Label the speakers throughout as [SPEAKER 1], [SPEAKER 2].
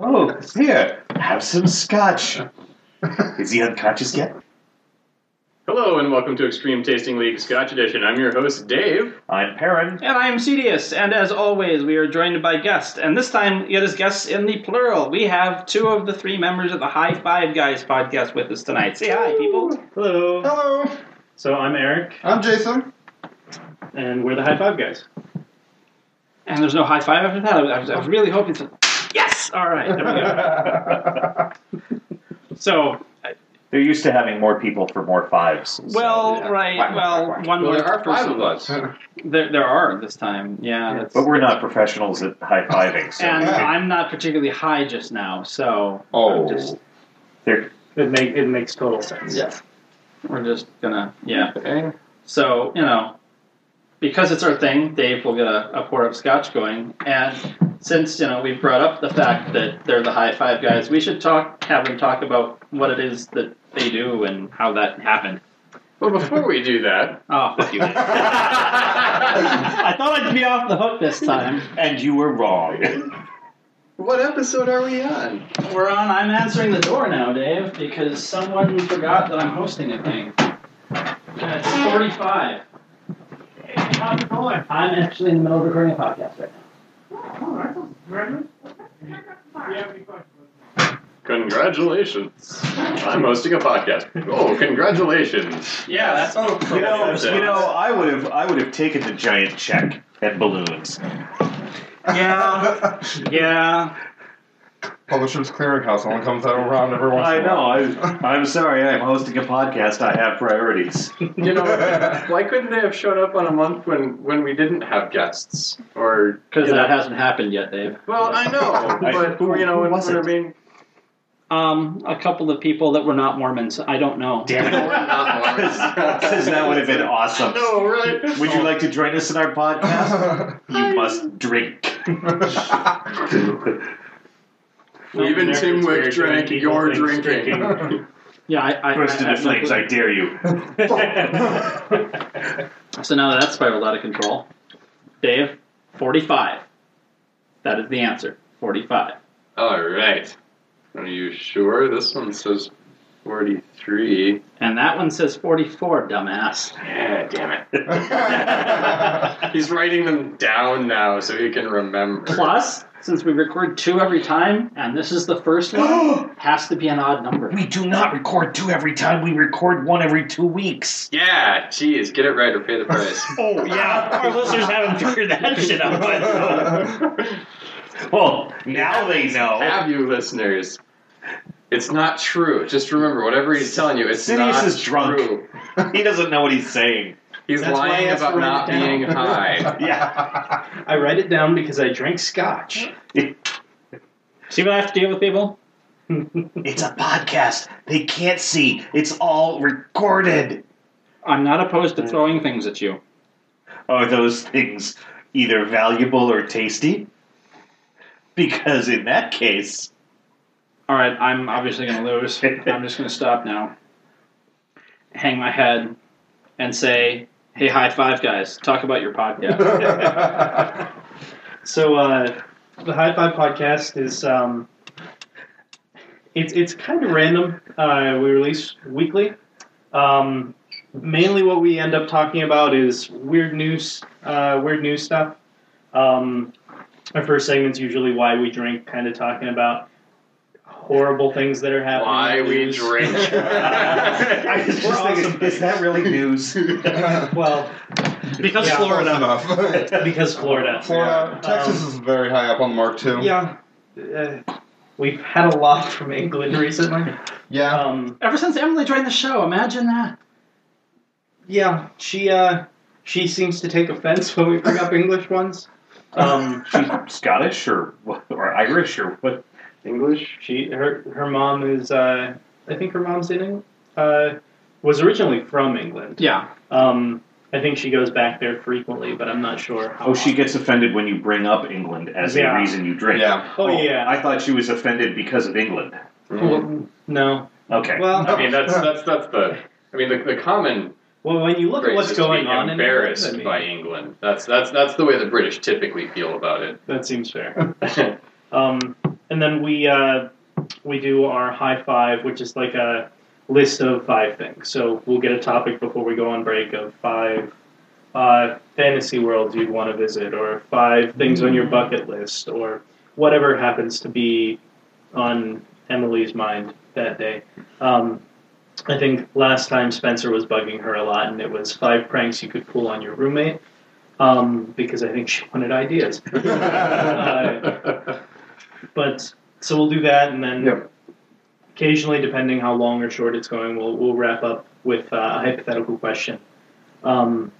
[SPEAKER 1] Oh, here, have some scotch. Is he unconscious yet?
[SPEAKER 2] Hello and welcome to Extreme Tasting League Scotch Edition. I'm your host, Dave.
[SPEAKER 1] I'm Perrin.
[SPEAKER 3] And I am Cedius, and as always, we are joined by guests, and this time it is guests in the plural. We have two of the three members of the High Five Guys podcast with us tonight. Say hi, people.
[SPEAKER 4] Hello.
[SPEAKER 5] Hello,
[SPEAKER 4] So I'm Eric,
[SPEAKER 5] I'm Jason.
[SPEAKER 4] and we're the High Five Guys.
[SPEAKER 3] And there's no high five after that. I was, I was, I was really hoping to. Yes! All right, there we go. So,
[SPEAKER 1] They're used to having more people for more fives. so-
[SPEAKER 3] well,
[SPEAKER 5] yeah.
[SPEAKER 3] right,
[SPEAKER 5] Quack,
[SPEAKER 3] well,
[SPEAKER 5] quack,
[SPEAKER 3] one
[SPEAKER 5] quack.
[SPEAKER 3] more person.
[SPEAKER 2] us.
[SPEAKER 3] There, there are this time, yeah. that's-
[SPEAKER 1] but we're not professionals at high fiving, so
[SPEAKER 3] And
[SPEAKER 5] Yeah.
[SPEAKER 3] I'm not particularly high just now, so
[SPEAKER 2] Oh.
[SPEAKER 3] Just-
[SPEAKER 1] they're
[SPEAKER 4] It make it makes total sense.
[SPEAKER 5] yes.
[SPEAKER 3] we're just gonna, yeah.
[SPEAKER 2] Okay.
[SPEAKER 3] So, you know, because it's our thing, Dave will get a, a pour of scotch going. And since, you know, we've brought up the fact that they're the high five guys, we should talk, have them talk about what it is that they do and how that happened.
[SPEAKER 2] Well, before we do that,
[SPEAKER 3] Oh, fuck you. I thought I'd be off the hook this time.
[SPEAKER 1] and you were wrong.
[SPEAKER 2] what episode are we on?
[SPEAKER 3] We're on I'm answering the door now, Dave, because someone forgot that I'm hosting a thing. And it's 45. I'm actually in the middle of recording a podcast right now.
[SPEAKER 2] Congratulations. I'm hosting a podcast. Oh, congratulations.
[SPEAKER 3] Yeah, that's
[SPEAKER 1] you know,
[SPEAKER 2] That's it.
[SPEAKER 1] you know, I would have, I would have taken the giant check and balloons.
[SPEAKER 3] Yeah. Yeah.
[SPEAKER 5] Publishers Clearinghouse only comes out around every once
[SPEAKER 1] I
[SPEAKER 5] in a
[SPEAKER 1] know.
[SPEAKER 5] while.
[SPEAKER 1] I, I'm sorry. I'm hosting a podcast. I have priorities.
[SPEAKER 2] You know, why couldn't they have shown up on a month when, when we didn't have guests? Or
[SPEAKER 3] Because
[SPEAKER 2] you know-
[SPEAKER 3] that hasn't happened yet, Dave.
[SPEAKER 2] Well, I know,
[SPEAKER 1] I-
[SPEAKER 2] but
[SPEAKER 1] who-
[SPEAKER 2] you know
[SPEAKER 1] who
[SPEAKER 2] what,
[SPEAKER 1] was
[SPEAKER 2] what I
[SPEAKER 1] it?
[SPEAKER 2] mean.
[SPEAKER 3] Um, a couple of people that were not Mormons. I don't know.
[SPEAKER 1] Damn
[SPEAKER 2] No,
[SPEAKER 1] it!
[SPEAKER 2] we're not Mormons.
[SPEAKER 1] Because that would have been awesome.
[SPEAKER 2] No, right?
[SPEAKER 1] Would you like to join us in our podcast? You must drink.
[SPEAKER 2] Even
[SPEAKER 4] Americans
[SPEAKER 2] Tim Wick
[SPEAKER 4] weird doing
[SPEAKER 2] drank
[SPEAKER 4] people
[SPEAKER 2] your
[SPEAKER 4] things
[SPEAKER 2] drinking.
[SPEAKER 3] Yeah, I. I, I,
[SPEAKER 1] First in
[SPEAKER 3] I
[SPEAKER 1] the flames, I dare you.
[SPEAKER 3] So now that that's spiraled out of control, Dave, forty-five. That is the answer. Forty-five.
[SPEAKER 2] All right. Are you sure? This one says 43.
[SPEAKER 3] And that one says forty-four, dumbass.
[SPEAKER 2] Yeah, damn it. He's writing them down now so he can remember.
[SPEAKER 3] Plus, since we record two every time, and this is the first one, has to be an odd number.
[SPEAKER 1] We do not record two every time. We record one every two weeks.
[SPEAKER 2] Yeah, geez, get it right or pay the price.
[SPEAKER 3] Oh yeah, our listeners haven't figured that shit out. But
[SPEAKER 1] Well, now they know.
[SPEAKER 2] Have you, listeners? It's not true. Just remember, whatever he's telling you, it's
[SPEAKER 1] Sidious
[SPEAKER 2] not
[SPEAKER 1] is drunk.
[SPEAKER 2] true.
[SPEAKER 1] He doesn't know what he's saying.
[SPEAKER 2] He's
[SPEAKER 4] That's why
[SPEAKER 2] lying
[SPEAKER 4] I asked
[SPEAKER 2] about
[SPEAKER 4] to write
[SPEAKER 2] not
[SPEAKER 4] it down.
[SPEAKER 2] being high.
[SPEAKER 1] Yeah.
[SPEAKER 4] I write it down because I drink scotch.
[SPEAKER 3] see what I have to deal with, people.
[SPEAKER 1] It's a podcast. They can't see. It's all recorded.
[SPEAKER 3] I'm not opposed to throwing things at you.
[SPEAKER 1] Are those things either valuable or tasty? Because in that case,
[SPEAKER 3] All right, I'm obviously going to lose. I'm just going to stop now. Hang my head and say, "Hey, high five, guys! Talk about your podcast."
[SPEAKER 4] So uh, the High Five podcast is um, it's it's kind of random. Uh, we release weekly. Um, mainly, what we end up talking about is weird news, uh, weird news stuff. Um, our first segment's usually why we drink, kind of talking about horrible things that are happening.
[SPEAKER 2] Why
[SPEAKER 4] in the
[SPEAKER 2] we
[SPEAKER 4] news.
[SPEAKER 2] drink.
[SPEAKER 1] I was
[SPEAKER 4] We're
[SPEAKER 1] just thinking,
[SPEAKER 4] awesome.
[SPEAKER 1] is that really news?
[SPEAKER 4] Well,
[SPEAKER 3] because
[SPEAKER 4] Yeah.
[SPEAKER 3] Florida.
[SPEAKER 5] enough.
[SPEAKER 4] because Florida.
[SPEAKER 5] Florida, Texas is very high up on the mark too.
[SPEAKER 4] Yeah. Uh, we've had a lot from England recently.
[SPEAKER 5] Yeah.
[SPEAKER 4] Um,
[SPEAKER 3] Ever since Emily joined the show, imagine that.
[SPEAKER 4] yeah, she uh, she seems to take offense when we bring up English ones. Um,
[SPEAKER 1] She's Scottish or what- or Irish or what?
[SPEAKER 2] English?
[SPEAKER 4] she her her mom is uh, I think her mom's in England. Uh, was originally from England.
[SPEAKER 3] Yeah,
[SPEAKER 4] Um, I think she goes back there frequently, but I'm not sure. How
[SPEAKER 1] Oh, she
[SPEAKER 4] often.
[SPEAKER 1] gets offended when you bring up England as the
[SPEAKER 4] Yeah.
[SPEAKER 1] reason you drink.
[SPEAKER 5] Yeah.
[SPEAKER 4] Oh, yeah.
[SPEAKER 1] I thought she was offended because of England.
[SPEAKER 4] Well, no.
[SPEAKER 1] Okay.
[SPEAKER 4] Well,
[SPEAKER 2] I mean, that's that's that's the. I mean, the, the common
[SPEAKER 4] well, when you look at
[SPEAKER 2] phrase
[SPEAKER 4] what's
[SPEAKER 2] is to be
[SPEAKER 4] going on, in England,
[SPEAKER 2] embarrassed
[SPEAKER 4] I mean,
[SPEAKER 2] by England. That's that's that's the way the British typically feel about it.
[SPEAKER 4] that seems fair. Um, and then we uh, we do our high five, which is like a list of five things. So we'll get a topic before we go on break of five uh, fantasy worlds you'd want to visit, or five things on your bucket list, or whatever happens to be on Emily's mind that day. Um, I think last time Spencer was bugging her a lot, and it was five pranks you could pull on your roommate um, because I think she wanted ideas. uh, But so we'll do that, and then
[SPEAKER 5] Yep.
[SPEAKER 4] occasionally, depending how long or short it's going, we'll we'll wrap up with uh, a hypothetical question. Um,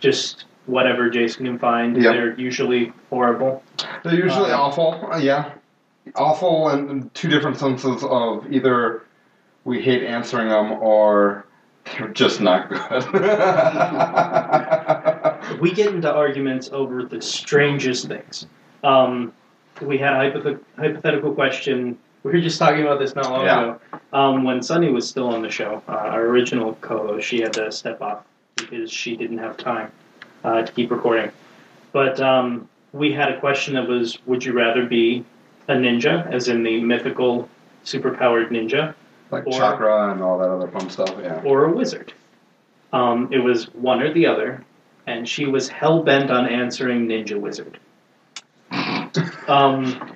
[SPEAKER 4] just whatever Jason can find.
[SPEAKER 5] Yep.
[SPEAKER 4] They're usually horrible.
[SPEAKER 5] They're usually
[SPEAKER 4] Uh,
[SPEAKER 5] awful. uh, Yeah, awful in two different senses of either we hate answering them or they're just not good.
[SPEAKER 4] We get into arguments over the strangest things. Um, we had a hypothet- hypothetical question. We were just talking about this not long
[SPEAKER 5] Yeah.
[SPEAKER 4] ago. Um, when Sunny was still on the show, uh, our original co-host, she had to step off because she didn't have time uh, to keep recording. But um, we had a question that was, would you rather be a ninja, as in the mythical superpowered ninja,
[SPEAKER 5] like
[SPEAKER 4] Or-
[SPEAKER 5] chakra and all that other fun stuff. Yeah.
[SPEAKER 4] or a wizard. Um, it was one or the other, and she was hell bent on answering Ninja Wizard. Um,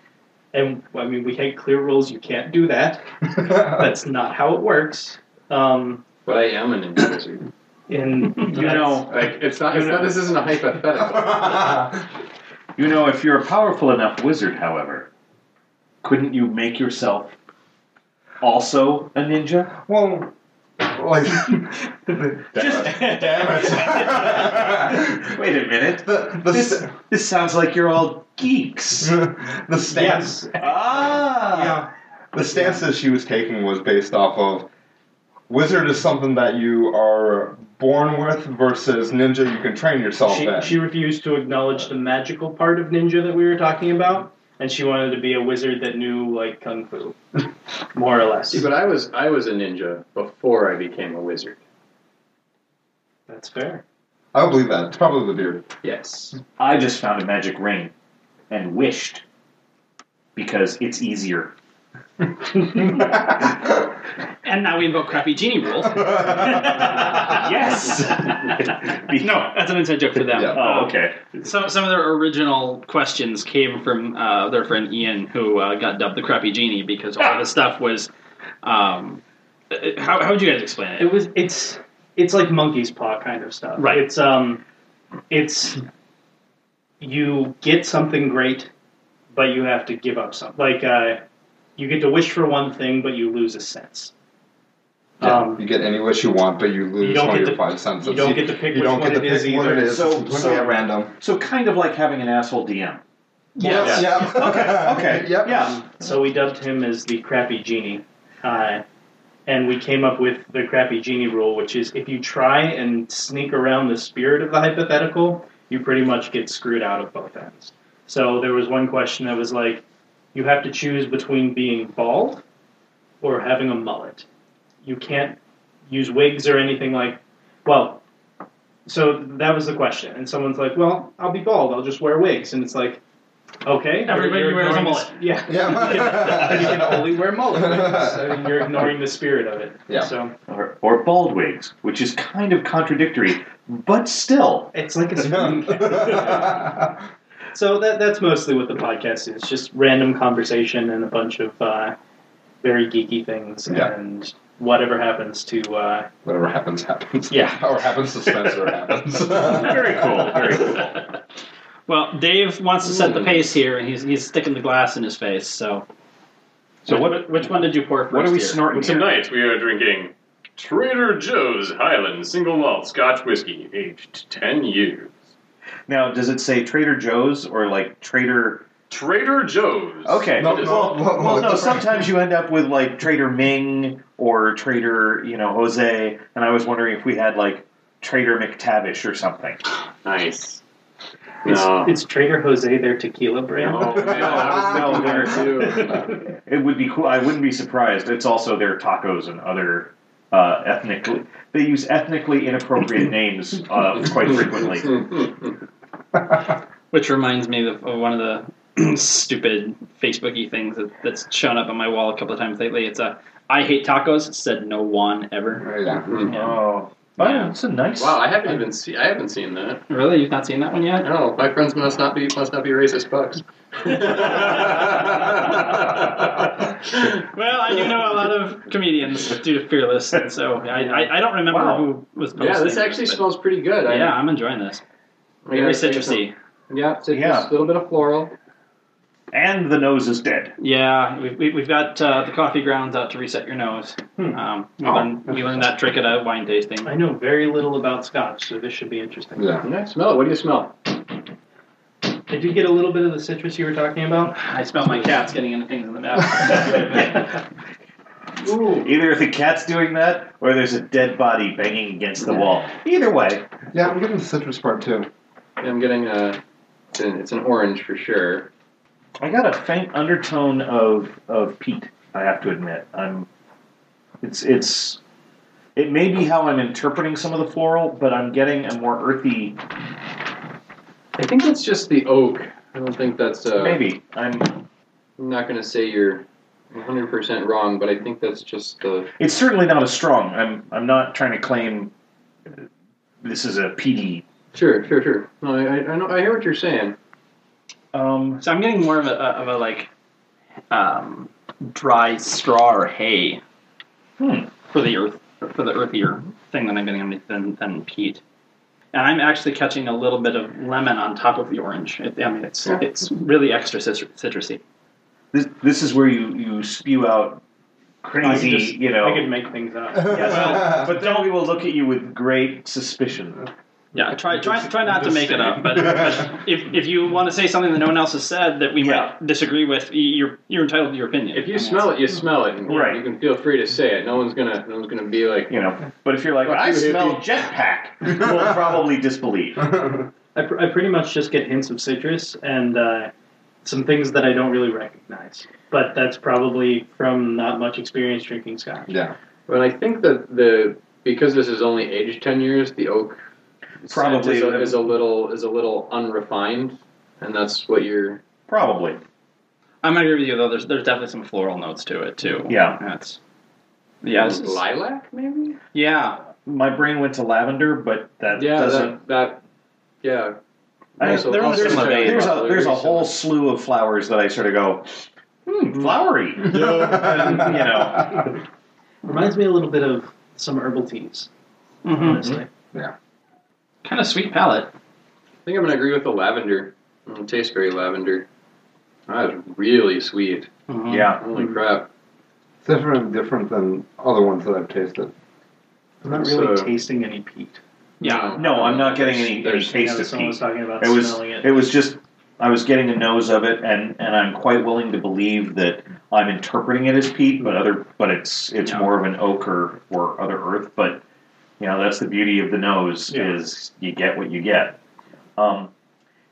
[SPEAKER 4] and I mean, we had clear rules. You can't do that. That's not how it works. Um,
[SPEAKER 2] But I am an intelligent.
[SPEAKER 4] and
[SPEAKER 3] You know,
[SPEAKER 2] Like it's not. It's not this isn't a hypothetical.
[SPEAKER 1] You know, if you're a powerful enough wizard, however, couldn't you make yourself also a ninja?
[SPEAKER 5] well, like. Damn
[SPEAKER 1] Just-
[SPEAKER 5] it. Damn it.
[SPEAKER 1] Wait a minute.
[SPEAKER 5] the the,
[SPEAKER 1] This,
[SPEAKER 5] st-
[SPEAKER 1] this sounds like you're all geeks.
[SPEAKER 5] the stance.
[SPEAKER 1] ah!
[SPEAKER 5] Yeah. The stance that she was taking was based off of wizard is something that you are born with versus ninja you can train yourself
[SPEAKER 4] she,
[SPEAKER 5] in.
[SPEAKER 4] she refused to acknowledge the magical part of ninja that we were talking about, and she wanted to be a wizard that knew like kung fu, more or less.
[SPEAKER 2] See, but I was I was a ninja before I became a wizard.
[SPEAKER 4] That's fair.
[SPEAKER 5] I would believe that. It's probably the beard.
[SPEAKER 2] Yes.
[SPEAKER 1] I just found a magic ring and wished because it's easier.
[SPEAKER 3] And now we invoke crappy genie rules.
[SPEAKER 1] Yes!
[SPEAKER 3] no, that's an inside joke for them. Uh,
[SPEAKER 5] Yeah.
[SPEAKER 1] Oh, okay.
[SPEAKER 3] Some some of their original questions came from uh, their friend Ian, who uh, got dubbed the crappy genie because all of his stuff was. Um, uh, how, how would you guys explain
[SPEAKER 4] It
[SPEAKER 3] it?
[SPEAKER 4] was it's it's like monkey's paw kind of stuff.
[SPEAKER 3] Right.
[SPEAKER 4] It's um it's you get something great, but you have to give up something. Like uh you get to wish for one thing but you lose a sense.
[SPEAKER 5] Yeah,
[SPEAKER 4] Um
[SPEAKER 5] you get any wish you want, but you lose
[SPEAKER 4] you don't
[SPEAKER 5] one of
[SPEAKER 4] get
[SPEAKER 5] your
[SPEAKER 4] to-
[SPEAKER 5] five senses.
[SPEAKER 4] you don't get to pick
[SPEAKER 5] You
[SPEAKER 4] which
[SPEAKER 5] don't
[SPEAKER 4] one
[SPEAKER 5] get to
[SPEAKER 4] it is
[SPEAKER 5] pick what
[SPEAKER 4] either.
[SPEAKER 5] it is.
[SPEAKER 1] So-
[SPEAKER 5] it's completely
[SPEAKER 1] so-
[SPEAKER 5] at random.
[SPEAKER 1] So, kind of like having an asshole DM.
[SPEAKER 5] Yes. Yep.
[SPEAKER 1] Okay, okay.
[SPEAKER 5] Yep.
[SPEAKER 1] Yeah.
[SPEAKER 4] So we dubbed him as the crappy genie. Uh and we came up with the crappy genie rule, which is if you try and sneak around the spirit of the hypothetical, you pretty much get screwed out of both ends. So there was one question that was like, you have to choose between being bald or having a mullet. You can't use wigs or anything like. Well, so that was the question, and someone's like, "Well, I'll be bald. I'll just wear wigs," and it's like, "Okay, you're-
[SPEAKER 3] Everybody
[SPEAKER 4] you're
[SPEAKER 3] wears a
[SPEAKER 4] ignoring
[SPEAKER 3] mullet.
[SPEAKER 4] this- Yeah,
[SPEAKER 5] Yeah.
[SPEAKER 4] you can only wear mullet wigs. I mean, you're ignoring the spirit of it.
[SPEAKER 5] Yeah.
[SPEAKER 4] So
[SPEAKER 1] Or, or bald wigs, which is kind of contradictory, but still.
[SPEAKER 4] it's like a spring So that that's mostly what the podcast is. Just random conversation and a bunch of uh, very geeky things
[SPEAKER 5] Yeah.
[SPEAKER 4] and whatever happens to uh,
[SPEAKER 5] Whatever happens, happens.
[SPEAKER 4] Yeah.
[SPEAKER 5] or happens to Spencer, happens.
[SPEAKER 1] Very cool, very cool.
[SPEAKER 3] Well, Dave wants to set the pace here, and he's he's sticking the glass in his face. So, so what? Which one did you pour first?
[SPEAKER 1] What are we
[SPEAKER 3] here?
[SPEAKER 1] snorting here?
[SPEAKER 2] Tonight we are drinking Trader Joe's Highland Single Malt Scotch Whiskey, aged ten years.
[SPEAKER 1] Now, does it say Trader Joe's or like Trader?
[SPEAKER 2] Trader Joe's.
[SPEAKER 1] Okay.
[SPEAKER 5] No,
[SPEAKER 2] It is-
[SPEAKER 5] no.
[SPEAKER 1] well,
[SPEAKER 5] well,
[SPEAKER 1] well, no.
[SPEAKER 5] well,
[SPEAKER 1] Sometimes you end up with like Trader Ming or Trader, you know, Jose. And I was wondering if we had like Trader McTavish or something.
[SPEAKER 2] Nice.
[SPEAKER 4] it's,
[SPEAKER 2] No.
[SPEAKER 4] it's Trader Jose their tequila brand.
[SPEAKER 2] Oh, man, I was thinking that too.
[SPEAKER 1] It would be cool. I wouldn't be surprised. It's also their tacos and other uh, ethnically. They use ethnically inappropriate names uh, quite frequently.
[SPEAKER 2] frequently.
[SPEAKER 3] Which reminds me of, of one of the stupid Facebooky things that, that's shown up on my wall a couple of times lately. It's a I hate tacos said no one ever.
[SPEAKER 5] Yeah.
[SPEAKER 3] Yeah.
[SPEAKER 1] Oh,
[SPEAKER 3] Yeah.
[SPEAKER 1] wow, it's a nice.
[SPEAKER 6] Wow, I haven't even seen. I haven't seen that.
[SPEAKER 3] Really, you've not seen that one yet?
[SPEAKER 6] No, my friends must not be must not be racist bucks.
[SPEAKER 3] Well, I do know a lot of comedians do fearless, and so I, I, I don't remember
[SPEAKER 6] Wow.
[SPEAKER 3] who was posting.
[SPEAKER 6] yeah, this actually
[SPEAKER 3] but-
[SPEAKER 6] smells pretty good. I-
[SPEAKER 3] Yeah, I'm enjoying this.
[SPEAKER 6] I
[SPEAKER 3] Very
[SPEAKER 6] gotta say
[SPEAKER 3] citrusy.
[SPEAKER 6] some- Yeah, citrus,
[SPEAKER 1] Yeah.
[SPEAKER 6] a little bit of floral.
[SPEAKER 1] And the nose is dead.
[SPEAKER 3] Yeah, we've, we- we've got uh, the coffee grounds out to reset your nose.
[SPEAKER 4] Hmm.
[SPEAKER 3] Um, we,
[SPEAKER 1] Oh.
[SPEAKER 3] learned, we learned that trick at a wine tasting.
[SPEAKER 4] I know very little about scotch, so this should be interesting.
[SPEAKER 5] Yeah.
[SPEAKER 6] Yeah, smell it. What do you smell?
[SPEAKER 4] I do get a little bit of the citrus you were talking about.
[SPEAKER 3] I smell my cats getting into things in the bathroom.
[SPEAKER 4] Ooh.
[SPEAKER 1] Either the cat's doing that, or there's a dead body banging against the wall. Either way,
[SPEAKER 5] Yeah, I'm getting the citrus part too.
[SPEAKER 6] I'm getting a. It's an, it's an orange for sure.
[SPEAKER 1] I got a faint undertone of of peat. I have to admit, I'm. It's it's. It may be how I'm interpreting some of the floral, but I'm getting a more earthy.
[SPEAKER 6] I think that's just the oak. I don't think that's. Uh,
[SPEAKER 1] Maybe I'm.
[SPEAKER 6] I'm not going to say you're 100% wrong, but I think that's just the.
[SPEAKER 1] It's certainly not as strong. I'm. I'm not trying to claim. uh, This is a peaty.
[SPEAKER 6] Sure, sure, sure. No, I, I, I, know, I hear what you're saying.
[SPEAKER 1] Um.
[SPEAKER 3] so I'm getting more of a, of a like um, dry straw or hay
[SPEAKER 1] Hmm.
[SPEAKER 3] for the earth for the earthier thing that I'm getting underneath than, than peat. And I'm actually catching a little bit of lemon on top of the orange. It, I mean, it's
[SPEAKER 6] Yeah.
[SPEAKER 3] it's really extra citru- citrusy.
[SPEAKER 1] This this is where you you spew out
[SPEAKER 4] I
[SPEAKER 1] crazy.
[SPEAKER 4] could just-
[SPEAKER 1] you know.
[SPEAKER 4] I could make things up.
[SPEAKER 1] Yes, but then we will look at you with great suspicion.
[SPEAKER 3] Yeah, try try try not to
[SPEAKER 5] Just
[SPEAKER 3] make it up.
[SPEAKER 5] saying.
[SPEAKER 3] But, but if if you want to say something that no one else has said that we
[SPEAKER 1] Yeah.
[SPEAKER 3] might disagree with, y- you're you're entitled to your opinion.
[SPEAKER 6] If you smell it, you smell it. And, you know,
[SPEAKER 1] Right.
[SPEAKER 6] You can feel free to say it. No one's gonna. No one's gonna be like.
[SPEAKER 1] You know. But if you're like,
[SPEAKER 6] Fuck
[SPEAKER 1] I
[SPEAKER 6] you,
[SPEAKER 1] smell
[SPEAKER 6] hippie."
[SPEAKER 1] jetpack, we'll probably disbelieve.
[SPEAKER 4] I, pr- I pretty much just get hints of citrus and uh, some things that I don't really recognize. But that's probably from not much experience drinking scotch.
[SPEAKER 5] yeah.
[SPEAKER 6] But I think that the because this is only aged 10 years, the oak scent
[SPEAKER 1] Probably
[SPEAKER 6] is a,
[SPEAKER 1] the-
[SPEAKER 6] is a little is a little unrefined, and that's what you're.
[SPEAKER 1] Probably.
[SPEAKER 3] I'm gonna agree with you though. There's there's definitely some floral notes to it too.
[SPEAKER 1] Yeah.
[SPEAKER 3] that's yeah, this is-
[SPEAKER 6] lilac maybe.
[SPEAKER 3] yeah.
[SPEAKER 1] My brain went to lavender, but that
[SPEAKER 6] yeah,
[SPEAKER 1] doesn't.
[SPEAKER 6] that, that. Yeah.
[SPEAKER 1] I-
[SPEAKER 6] Also-
[SPEAKER 1] there-
[SPEAKER 6] also
[SPEAKER 1] there's,
[SPEAKER 6] similar vein,
[SPEAKER 1] there's a
[SPEAKER 6] probably
[SPEAKER 1] there's a
[SPEAKER 6] very
[SPEAKER 1] whole slew of flowers that I sort of go,
[SPEAKER 6] Mm-hmm.
[SPEAKER 1] hmm, flowery. know.
[SPEAKER 4] Reminds me a little bit of some herbal teas,
[SPEAKER 3] Mm-hmm.
[SPEAKER 4] honestly.
[SPEAKER 3] Kind of sweet palette.
[SPEAKER 6] I think I'm gonna agree with the lavender. Mm, It tastes very lavender. That is really sweet.
[SPEAKER 3] Mhm.
[SPEAKER 1] Yeah,
[SPEAKER 6] Holy crap!
[SPEAKER 5] It's different, different than other ones that I've tasted.
[SPEAKER 4] I'm not really
[SPEAKER 6] So-
[SPEAKER 4] tasting any peat.
[SPEAKER 3] Yeah.
[SPEAKER 1] no, I'm not getting any, any
[SPEAKER 6] There's-
[SPEAKER 1] taste
[SPEAKER 4] yeah,
[SPEAKER 1] of
[SPEAKER 4] someone was
[SPEAKER 1] peat.
[SPEAKER 4] talking about
[SPEAKER 1] It was
[SPEAKER 4] smelling
[SPEAKER 1] it.
[SPEAKER 4] it.
[SPEAKER 1] was just I was getting a nose of it, and and I'm quite willing to believe that I'm interpreting it as peat, but other but it's it's
[SPEAKER 3] Yeah.
[SPEAKER 1] more of an oak or, or other earth. But you know that's the beauty of the nose
[SPEAKER 4] Yeah.
[SPEAKER 1] is you get what you get. Um,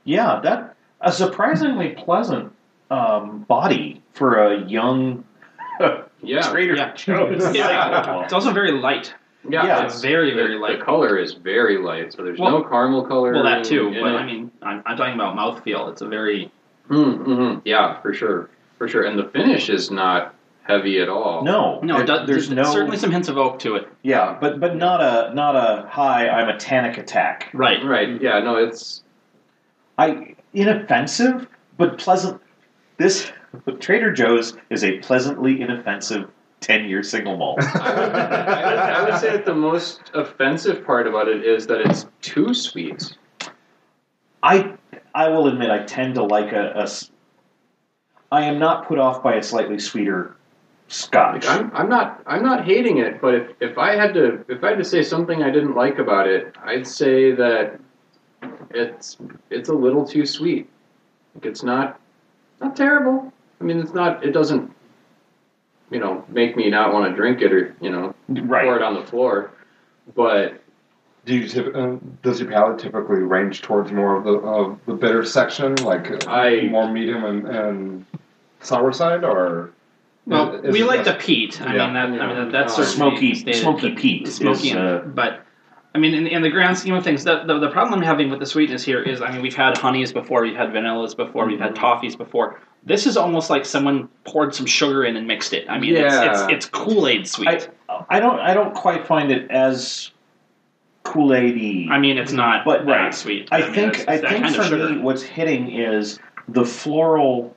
[SPEAKER 1] yeah, that a surprisingly pleasant um, body for a young
[SPEAKER 6] Yeah.
[SPEAKER 1] trader.
[SPEAKER 3] Yeah.
[SPEAKER 1] Joe's.
[SPEAKER 3] Yeah. It's also very light.
[SPEAKER 6] Yeah.
[SPEAKER 1] Yeah.
[SPEAKER 6] it's-
[SPEAKER 3] It's very very
[SPEAKER 6] the-
[SPEAKER 3] light.
[SPEAKER 6] The color is very light, so there's
[SPEAKER 3] Well-
[SPEAKER 6] no caramel color.
[SPEAKER 3] Well, that too.
[SPEAKER 6] in
[SPEAKER 3] But
[SPEAKER 6] it.
[SPEAKER 3] I mean, I'm, I'm talking about mouthfeel. It's a very
[SPEAKER 6] Mm, mm Yeah, for sure, for sure. And the finish is not heavy at all.
[SPEAKER 1] No,
[SPEAKER 3] no.
[SPEAKER 1] there-
[SPEAKER 3] it does-
[SPEAKER 1] there's no
[SPEAKER 3] certainly some hints of oak to it.
[SPEAKER 1] yeah, but but not a not a high. I'm a tannic attack.
[SPEAKER 3] Right.
[SPEAKER 6] Right? Yeah. No, it's
[SPEAKER 1] I inoffensive, but pleasant. This Trader Joe's is a pleasantly inoffensive ten-year single malt.
[SPEAKER 6] I would, I would- I would say that the most offensive part about it is that it's too sweet.
[SPEAKER 1] I I will admit I tend to like a, a s- I am not put off by a slightly sweeter Scotch.
[SPEAKER 6] Like, I'm, I'm not I'm not hating it, but if, if I had to if I had to say something I didn't like about it, I'd say that it's it's a little too sweet. Like it's not not terrible. I mean, it's not it doesn't you know make me not want to drink it or you know pour
[SPEAKER 1] right.
[SPEAKER 6] it on the floor, but
[SPEAKER 5] Do you typ- uh, does your palate typically range towards more of the of the bitter section, like uh,
[SPEAKER 6] I-
[SPEAKER 5] more medium and, and sour side, or
[SPEAKER 3] Well,
[SPEAKER 5] is- is
[SPEAKER 3] we
[SPEAKER 5] it
[SPEAKER 3] like the
[SPEAKER 5] less-
[SPEAKER 3] peat. I
[SPEAKER 5] Yeah.
[SPEAKER 3] mean, that, I mean, that, that's
[SPEAKER 6] Yeah.
[SPEAKER 3] certainly
[SPEAKER 1] Smoky-
[SPEAKER 3] stated,
[SPEAKER 1] smoky
[SPEAKER 3] but-
[SPEAKER 1] peat
[SPEAKER 3] Smoky,
[SPEAKER 1] is, uh,
[SPEAKER 3] but I I mean, in, in the grand scheme of things, the, the, the problem I'm having with the sweetness here is, I mean, we've had honeys before, we've had vanillas before, we've
[SPEAKER 1] Mm-hmm.
[SPEAKER 3] had toffees before. This is almost like someone poured some sugar in and mixed it. I mean, it's,
[SPEAKER 6] Yeah.
[SPEAKER 3] it's, it's Kool Aid sweet.
[SPEAKER 1] I,
[SPEAKER 3] I,
[SPEAKER 1] I don't I don't quite find it as Kool Aid.
[SPEAKER 3] mean, it's not
[SPEAKER 1] But,
[SPEAKER 3] that
[SPEAKER 1] right.
[SPEAKER 3] sweet.
[SPEAKER 1] I
[SPEAKER 3] mean,
[SPEAKER 1] think
[SPEAKER 3] it's- it's
[SPEAKER 1] I
[SPEAKER 3] that
[SPEAKER 1] think
[SPEAKER 3] kind
[SPEAKER 1] for
[SPEAKER 3] of sugar.
[SPEAKER 1] me, what's hitting is the floral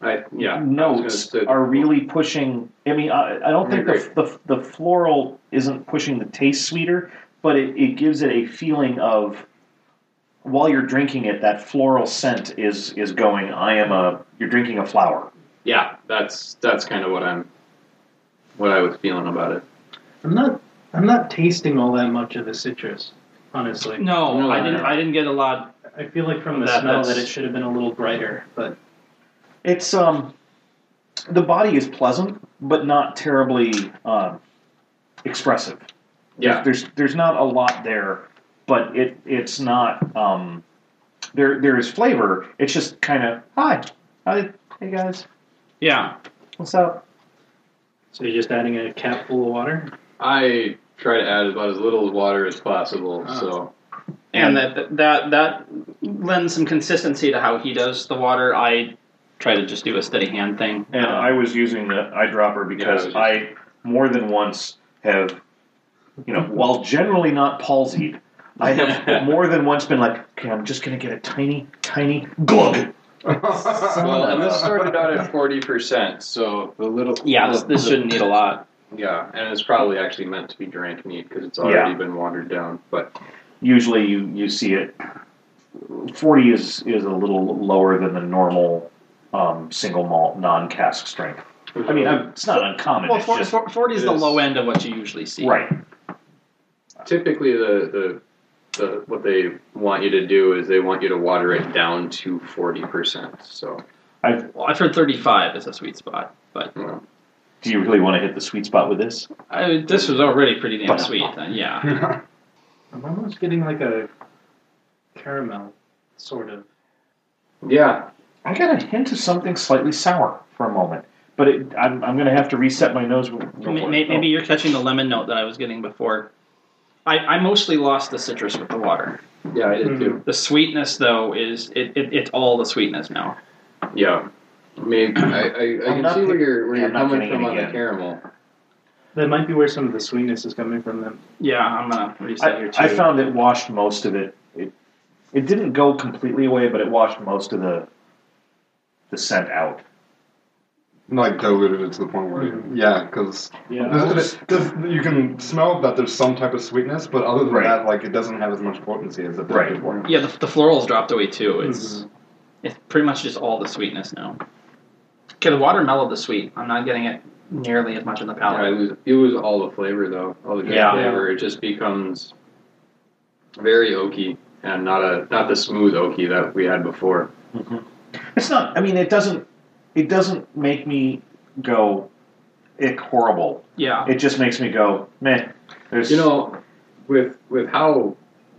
[SPEAKER 6] I, yeah. I was gonna
[SPEAKER 1] notes
[SPEAKER 6] say-
[SPEAKER 1] are really pushing. I mean, I, I don't
[SPEAKER 6] I
[SPEAKER 1] think the, the the floral isn't pushing the taste sweeter, but it, it gives it a feeling of while you're drinking it, that floral scent is is going. I am a you're drinking a flower.
[SPEAKER 6] Yeah, that's that's kind of what I'm, what I was feeling about it.
[SPEAKER 4] I'm not. I'm not tasting all that much of the citrus, honestly.
[SPEAKER 3] No,
[SPEAKER 6] No,
[SPEAKER 3] I
[SPEAKER 6] no,
[SPEAKER 3] didn't.
[SPEAKER 6] no.
[SPEAKER 3] I didn't get a lot.
[SPEAKER 4] I feel like from the
[SPEAKER 3] That-
[SPEAKER 4] smell
[SPEAKER 3] that's-
[SPEAKER 4] that it should have been a little brighter, but
[SPEAKER 1] It's um, the body is pleasant, but not terribly um, expressive.
[SPEAKER 6] Yeah,
[SPEAKER 1] There's there's not a lot there, but it it's not um, there there is flavor. It's just kind of hi, hi, hey guys,
[SPEAKER 3] Yeah,
[SPEAKER 1] what's up?
[SPEAKER 4] so you're just adding a cap full of water.
[SPEAKER 6] I try to add about as little water as possible.
[SPEAKER 1] Ah,
[SPEAKER 3] Oh.
[SPEAKER 6] So
[SPEAKER 3] and that that that lends some consistency to how he does the water. I try to just do a steady hand thing.
[SPEAKER 1] And
[SPEAKER 3] Um,
[SPEAKER 1] I was using the eyedropper because
[SPEAKER 6] Yeah,
[SPEAKER 1] I more than once have, you know, while generally not palsied, I have more than once been like, okay, I'm just going to get a tiny, tiny glug.
[SPEAKER 6] well, and this started out at forty percent. So the little
[SPEAKER 3] yeah, this, this
[SPEAKER 6] the-
[SPEAKER 3] shouldn't need a lot.
[SPEAKER 6] yeah, and it's probably actually meant to be drank neat because it's already
[SPEAKER 1] Yeah.
[SPEAKER 6] been watered down. But
[SPEAKER 1] Usually you, you see it. 40 is, is a little lower than the normal um, single malt non cask strength. I mean, I'm, it's not uncommon.
[SPEAKER 3] Well,
[SPEAKER 1] it's
[SPEAKER 3] for,
[SPEAKER 1] just-
[SPEAKER 3] for, forty is the
[SPEAKER 6] Yes.
[SPEAKER 3] low end of what you usually see.
[SPEAKER 1] right.
[SPEAKER 6] typically the, the the what they want you to do is they want you to water it down to forty percent. So
[SPEAKER 3] Well, I've heard thirty-five is a sweet spot, but
[SPEAKER 6] you know.
[SPEAKER 1] Do you really want to hit the sweet spot with this?
[SPEAKER 3] I, this was already pretty damn sweet. uh, yeah,
[SPEAKER 4] I'm almost getting like a caramel sort of.
[SPEAKER 6] yeah,
[SPEAKER 1] I got a hint of something slightly sour for a moment, but it, I'm, I'm going to have to reset my nose. Go for
[SPEAKER 3] May-
[SPEAKER 1] it.
[SPEAKER 3] may- maybe you're catching the lemon note that I was getting before. I, I mostly lost the citrus with the water.
[SPEAKER 6] yeah, I did
[SPEAKER 1] Hmm.
[SPEAKER 6] too.
[SPEAKER 3] The sweetness, though, is it, it, it's all the sweetness now.
[SPEAKER 6] Yeah. Maybe I, I, I
[SPEAKER 1] I'm
[SPEAKER 6] can
[SPEAKER 1] not
[SPEAKER 6] see where
[SPEAKER 1] pick-
[SPEAKER 6] you're where
[SPEAKER 1] yeah,
[SPEAKER 6] you're
[SPEAKER 1] I'm not
[SPEAKER 6] coming
[SPEAKER 1] getting
[SPEAKER 6] from
[SPEAKER 1] it
[SPEAKER 6] on the
[SPEAKER 1] again.
[SPEAKER 6] caramel.
[SPEAKER 4] That might be where some of the sweetness is coming from. Then
[SPEAKER 3] Yeah, I'm gonna
[SPEAKER 1] I,
[SPEAKER 3] reset here too.
[SPEAKER 1] I found it washed most of it. It it didn't go completely away, but it washed most of the the scent out.
[SPEAKER 5] like diluted it to the point where, yeah, because you can smell that there's some type of sweetness, but other than
[SPEAKER 1] Right.
[SPEAKER 5] that, like it doesn't have as much potency as it did
[SPEAKER 1] Right.
[SPEAKER 5] before.
[SPEAKER 3] yeah, the, the florals dropped away too. It's
[SPEAKER 4] Mhm.
[SPEAKER 3] it's pretty much just all the sweetness now. Okay, the water mellowed the sweet. I'm not getting it nearly as much in the
[SPEAKER 6] Yeah, I
[SPEAKER 3] palate.
[SPEAKER 6] lose, you lose all the flavor though, all the good
[SPEAKER 1] Yeah.
[SPEAKER 6] flavor. It just becomes very oaky and not a not the smooth oaky that we had before.
[SPEAKER 1] It's not. I mean, it doesn't. It doesn't make me go ick horrible.
[SPEAKER 3] Yeah,
[SPEAKER 1] It just makes me go meh. There's
[SPEAKER 6] You know, with with how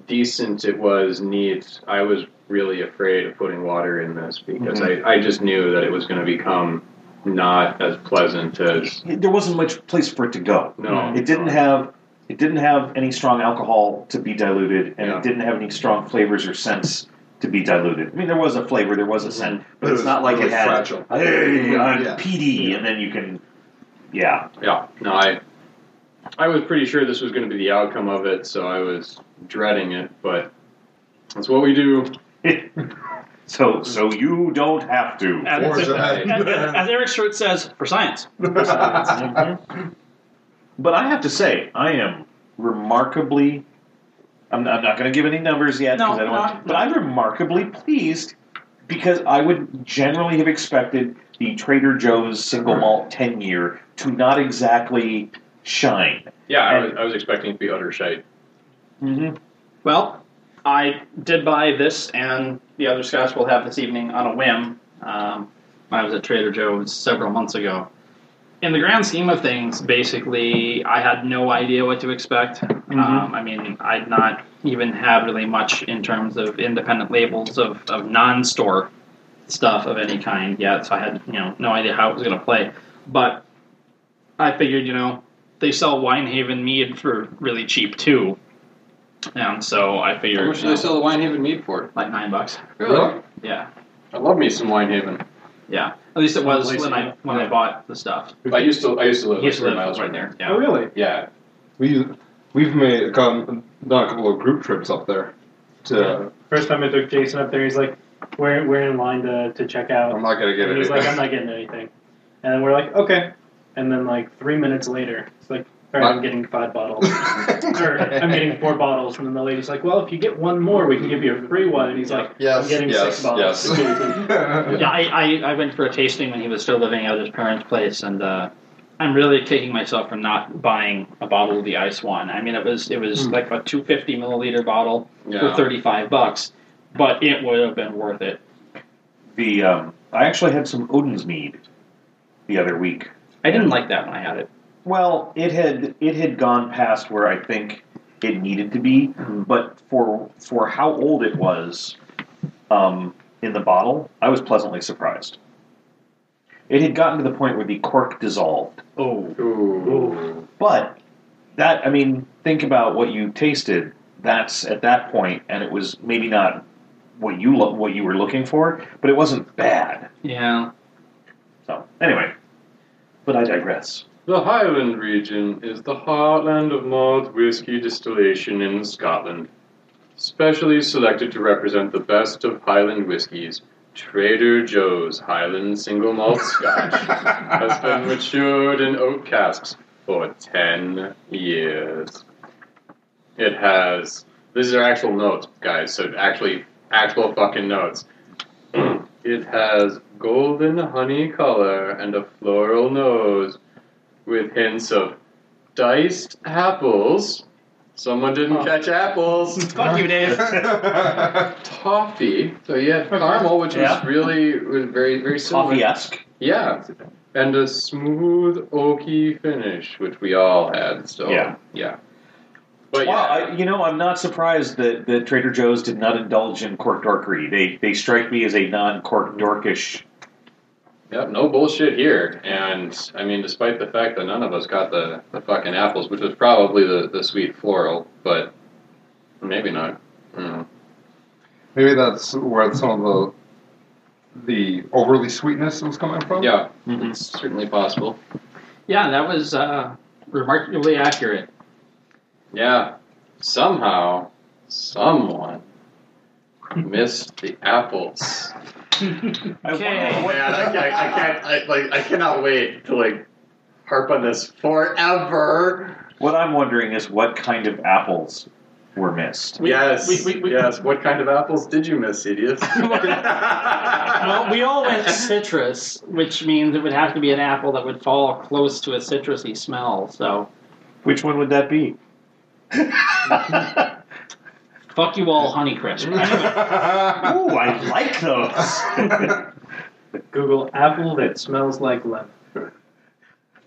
[SPEAKER 6] decent it was neat, I was really afraid of putting water in this because
[SPEAKER 1] Mm-hmm.
[SPEAKER 6] I, I just knew that it was going to become not as pleasant as
[SPEAKER 1] there wasn't much place for it to go.
[SPEAKER 6] no.
[SPEAKER 1] It didn't have it didn't have any strong alcohol to be diluted, and
[SPEAKER 6] Yeah.
[SPEAKER 1] it didn't have any strong flavors or scents to be diluted. I mean, there was a flavor, there was a scent, but
[SPEAKER 5] It
[SPEAKER 1] it's
[SPEAKER 5] was
[SPEAKER 1] not like
[SPEAKER 5] really
[SPEAKER 1] it had
[SPEAKER 5] fragile.
[SPEAKER 1] hey, I'm
[SPEAKER 5] Yeah.
[SPEAKER 1] PD, and then you can yeah.
[SPEAKER 6] Yeah, no, I I was pretty sure this was going to be the outcome of it, so I was dreading it, but that's what we do.
[SPEAKER 1] so so you don't have to.
[SPEAKER 3] as,
[SPEAKER 5] Or is it-
[SPEAKER 3] as Eric Schwartz says, for science.
[SPEAKER 1] But I have to say, I am remarkably. I'm, I'm not going to give any numbers yet,
[SPEAKER 3] No,
[SPEAKER 1] 'cause I don't want-
[SPEAKER 3] no.
[SPEAKER 1] but I'm remarkably pleased because I would generally have expected the Trader Joe's single malt 10 year to not exactly shine.
[SPEAKER 6] Yeah, I was, I was expecting it to be utter shite.
[SPEAKER 1] Mm-hmm.
[SPEAKER 3] Well, I did buy this and the other scotch we'll have this evening on a whim. Um, I was at Trader Joe's several months ago. In the grand scheme of things, basically, I had no idea what to expect. Um, I mean, I'd not even had really much in terms of independent labels of, of non store stuff of any kind yet, so I had you know no idea how it was going to play. But I figured, you know, they sell Winehaven mead for really cheap too And so I
[SPEAKER 2] How
[SPEAKER 3] figured
[SPEAKER 2] much do they
[SPEAKER 3] you know,
[SPEAKER 2] sell the Winehaven mead for?
[SPEAKER 3] like nine bucks.
[SPEAKER 2] Really?
[SPEAKER 3] Yeah,
[SPEAKER 2] I love me some Winehaven.
[SPEAKER 3] yeah. At least it was
[SPEAKER 4] Place
[SPEAKER 3] when I
[SPEAKER 4] it.
[SPEAKER 3] when I bought the stuff.
[SPEAKER 2] I used to. I used to live like
[SPEAKER 3] He used to
[SPEAKER 2] three
[SPEAKER 3] live
[SPEAKER 2] miles
[SPEAKER 3] right
[SPEAKER 2] from
[SPEAKER 3] there.
[SPEAKER 4] Oh,
[SPEAKER 3] Yeah.
[SPEAKER 4] really?
[SPEAKER 2] Yeah.
[SPEAKER 5] We we've made gone done a couple of group trips up there. To
[SPEAKER 4] First time I took Jason up there, he's like, "We're we're in line to, to check out."
[SPEAKER 5] I'm not gonna get
[SPEAKER 4] And he's
[SPEAKER 5] it.
[SPEAKER 4] like, "I'm not getting anything," and then we're like, "Okay," and then like three minutes later, it's like, "All right, I'm getting five bottles." or I'm getting four bottles, and then the lady's like, "Well, if you get one more, we can give you a free one." And he's like,
[SPEAKER 5] Yes.
[SPEAKER 4] I'm getting
[SPEAKER 5] yes.
[SPEAKER 4] six bottles.
[SPEAKER 5] Yes.
[SPEAKER 3] Yeah, I, I, I went for a tasting when he was still living at his parents' place, and uh, I'm really kicking myself for not buying a bottle of the ice wine. I mean, it was it was
[SPEAKER 2] Hmm.
[SPEAKER 3] like a 250 milliliter bottle for
[SPEAKER 2] Yeah.
[SPEAKER 3] 35 bucks, but it would have been worth it.
[SPEAKER 1] The um, I actually had some Odin's mead the other week.
[SPEAKER 3] I didn't like that when I had it.
[SPEAKER 1] Well, it had it had gone past where I think it needed to be, but for for how old it was um, in the bottle, I was pleasantly surprised. It had gotten to the point where the cork dissolved,
[SPEAKER 3] Oh,
[SPEAKER 2] Ooh.
[SPEAKER 1] but that I mean, think about what you tasted. That's at that point, and it was maybe not what you lo- what you were looking for, but it wasn't bad.
[SPEAKER 3] yeah.
[SPEAKER 1] So anyway, but I digress.
[SPEAKER 2] The Highland region is the heartland of malt whiskey distillation in Scotland, specially selected to represent the best of Highland whiskies. Trader Joe's Highland Single Malt Scotch has been matured in oak casks for 10 years. It has. These are actual notes, guys, so actually, actual fucking notes. it has golden honey color and a floral nose with hints of diced apples. Someone didn't
[SPEAKER 4] Oh.
[SPEAKER 2] catch apples.
[SPEAKER 3] Fuck you, Dave.
[SPEAKER 2] Toffee. So you had caramel, which
[SPEAKER 1] Yeah.
[SPEAKER 2] was really was very very similar.
[SPEAKER 1] Coffee esque.
[SPEAKER 2] Yeah, and a smooth oaky finish, which we all had. So
[SPEAKER 1] Yeah.
[SPEAKER 2] yeah. But
[SPEAKER 1] Well,
[SPEAKER 2] yeah,
[SPEAKER 1] I, you know, I'm not surprised that, that Trader Joe's did not indulge in cork dorkery. They they strike me as a non cork dorkish.
[SPEAKER 2] yep, no bullshit here. And I mean, despite the fact that none of us got the, the fucking apples, which was probably the, the sweet floral, but maybe not. Mm.
[SPEAKER 5] Maybe that's where some of the the overly sweetness was coming
[SPEAKER 1] Oh.
[SPEAKER 5] from.
[SPEAKER 2] Yeah,
[SPEAKER 1] Mm-hmm.
[SPEAKER 2] it's certainly possible.
[SPEAKER 3] Yeah, that was uh, remarkably accurate.
[SPEAKER 2] Yeah, somehow, someone missed the apples.
[SPEAKER 3] Okay.
[SPEAKER 2] Oh, man, I, can't- I can't. I, like, I cannot wait to like harp on this forever.
[SPEAKER 1] What I'm wondering is what kind of apples were missed.
[SPEAKER 3] We-
[SPEAKER 2] yes.
[SPEAKER 3] we- we- we-
[SPEAKER 2] yes. What kind of apples did you miss, Edith?
[SPEAKER 3] Well, we all went citrus, which means it would have to be an apple that would fall close to a citrusy smell. So,
[SPEAKER 1] Which one would that be?
[SPEAKER 3] fuck you all, Honeycrisp.
[SPEAKER 1] Ooh, I like those.
[SPEAKER 4] Google apple that smells like lemon.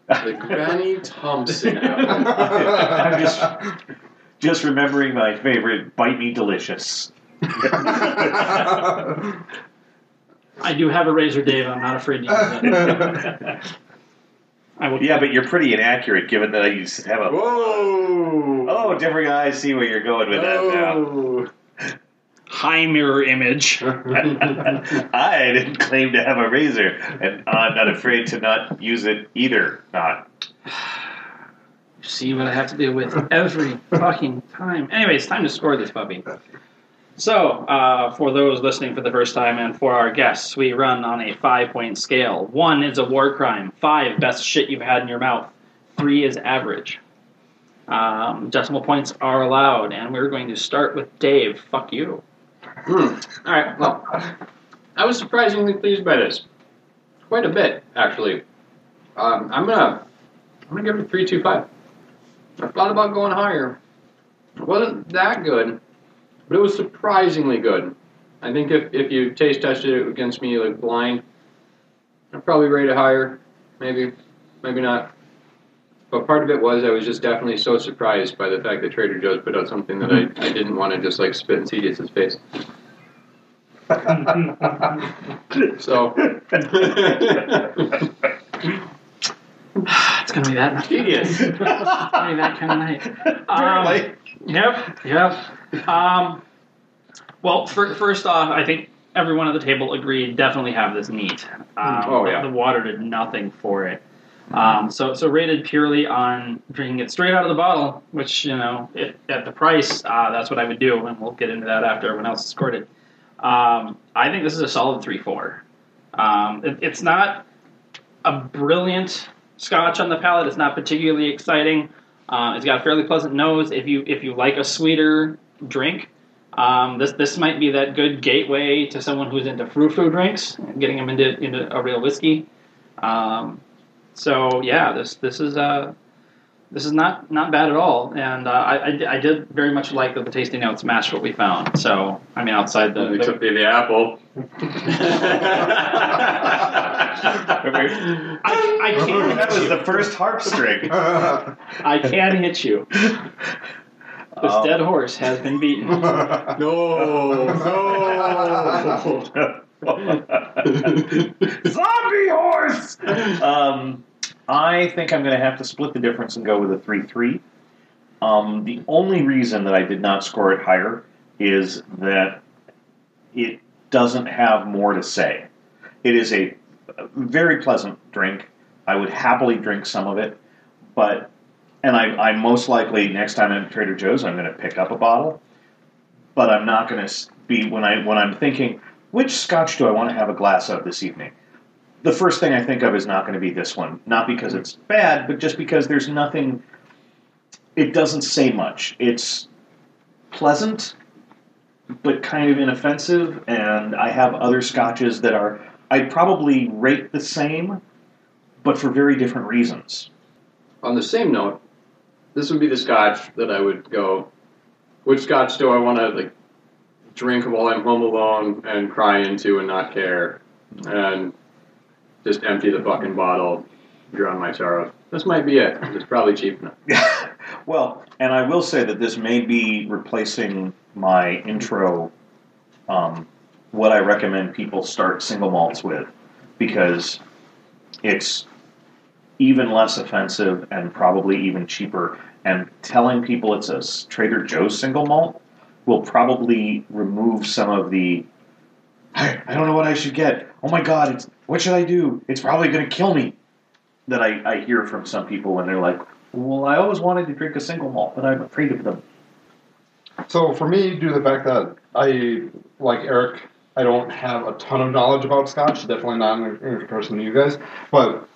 [SPEAKER 2] the Granny Thompson apple.
[SPEAKER 1] I'm just just remembering my favorite, bite me delicious.
[SPEAKER 3] I do have a razor, Dave. I'm not afraid to use it. I will.
[SPEAKER 1] Yeah, but you're pretty inaccurate, given that I used to have a.
[SPEAKER 2] Whoa!
[SPEAKER 1] Oh, different eyes see where you're going with that now.
[SPEAKER 5] Oh.
[SPEAKER 3] High mirror image.
[SPEAKER 1] I didn't claim to have a razor, and I'm not afraid to not use it either. Not.
[SPEAKER 3] See what I have to deal with every fucking time. Anyway, it's time to score this puppy. So, uh, for those listening for the first time and for our guests, we run on a five point scale. One is a war crime, five, best shit you've had in your mouth, three is average. Um, decimal points are allowed, and we're going to start with Dave. Fuck you.
[SPEAKER 2] All right. Well, I was surprisingly pleased by this. Quite a bit, actually. Um, I'm gonna, I'm gonna give it a three two five. I thought about going higher. It wasn't that good, but it was surprisingly good. I think if, if you taste tested it against me like blind, I'd probably rate it higher. Maybe, maybe not. But part of it was I was just definitely so surprised by the fact that Trader Joe's put out something that I, I didn't want to just like spit in Cedius's face. So.
[SPEAKER 3] It's going to be that night.
[SPEAKER 2] Tedious.
[SPEAKER 3] it's going to be that kind of night. Um,
[SPEAKER 5] Apparently.
[SPEAKER 3] Yep, yep. Um, well, fir- first off, I think everyone at the table agreed definitely have this neat. Um,
[SPEAKER 2] Oh, yeah.
[SPEAKER 3] The water did nothing for it. Um, so, so rated purely on drinking it straight out of the bottle, which you know, if, at the price, uh, that's what I would do, and we'll get into that after everyone else has scored it. Um, I think this is a solid three four. Um, it- it's not a brilliant scotch on the palate. It's not particularly exciting. Uh, it's got a fairly pleasant nose. If you if you like a sweeter drink, um, this this might be that good gateway to someone who's into frou frou drinks, getting them into into a real whiskey. Um, so yeah, this this is uh, this is not not bad at all, and uh, I, I, di- I did very much like that the tasting notes matched what we found. So I mean, outside the, the
[SPEAKER 2] Except for the apple.
[SPEAKER 1] I, I can.
[SPEAKER 5] That was
[SPEAKER 1] the first harp string.
[SPEAKER 3] I can hit you. This
[SPEAKER 1] Oh.
[SPEAKER 3] dead horse has been beaten.
[SPEAKER 2] no, Oh, no.
[SPEAKER 1] Zombie horse. Um, I think I'm going to have to split the difference and go with a three-three. Um, the only reason that I did not score it higher is that it doesn't have more to say. It is a very pleasant drink. I would happily drink some of it, but and I, I most likely next time I'm at Trader Joe's I'm going to pick up a bottle, but I'm not going to be when I when I'm thinking which Scotch do I want to have a glass of this evening. The first thing I think of is not going to be this one, not because it's bad, but just because there's nothing. It doesn't say much. It's pleasant, but kind of inoffensive, and I have other scotches that are I'd probably rate the same, but for very different reasons.
[SPEAKER 2] On the same note, this would be the scotch that I would go. Which scotch do I want to like drink while I'm home alone and cry into and not care, and just empty the fucking bottle, drown my sorrow? This might be it. It's probably cheap enough.
[SPEAKER 1] well, and I will say that this may be replacing my intro, um, what I recommend people start single malts with, because it's even less offensive and probably even cheaper. And telling people it's a s- Trader Joe's single malt will probably remove some of the. I, I don't know what I should get. Oh my God! It's what should I do? It's probably going to kill me. That I, I hear from some people when they're like, well, I always wanted to drink a single malt, but I'm afraid of them.
[SPEAKER 5] So for me, due to the fact that I, like Eric, I don't have a ton of knowledge about Scotch. Definitely not in in comparison to you guys. But